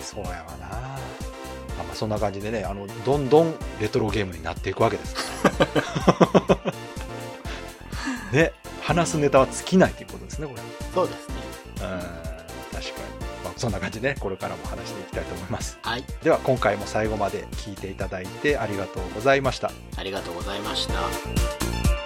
Speaker 2: そうか、まあ、そうやわな、まあ、まあそんな感じでねあのどんどんレトロゲームになっていくわけ ですからね話すネタは尽きないということですねこれうん
Speaker 3: そうですね
Speaker 2: 確かに、まあ、そんな感じでねこれからも話していきたいと思います
Speaker 3: はい
Speaker 2: では今回も最後まで聞いていただいてありがとうございました
Speaker 3: ありがとうございました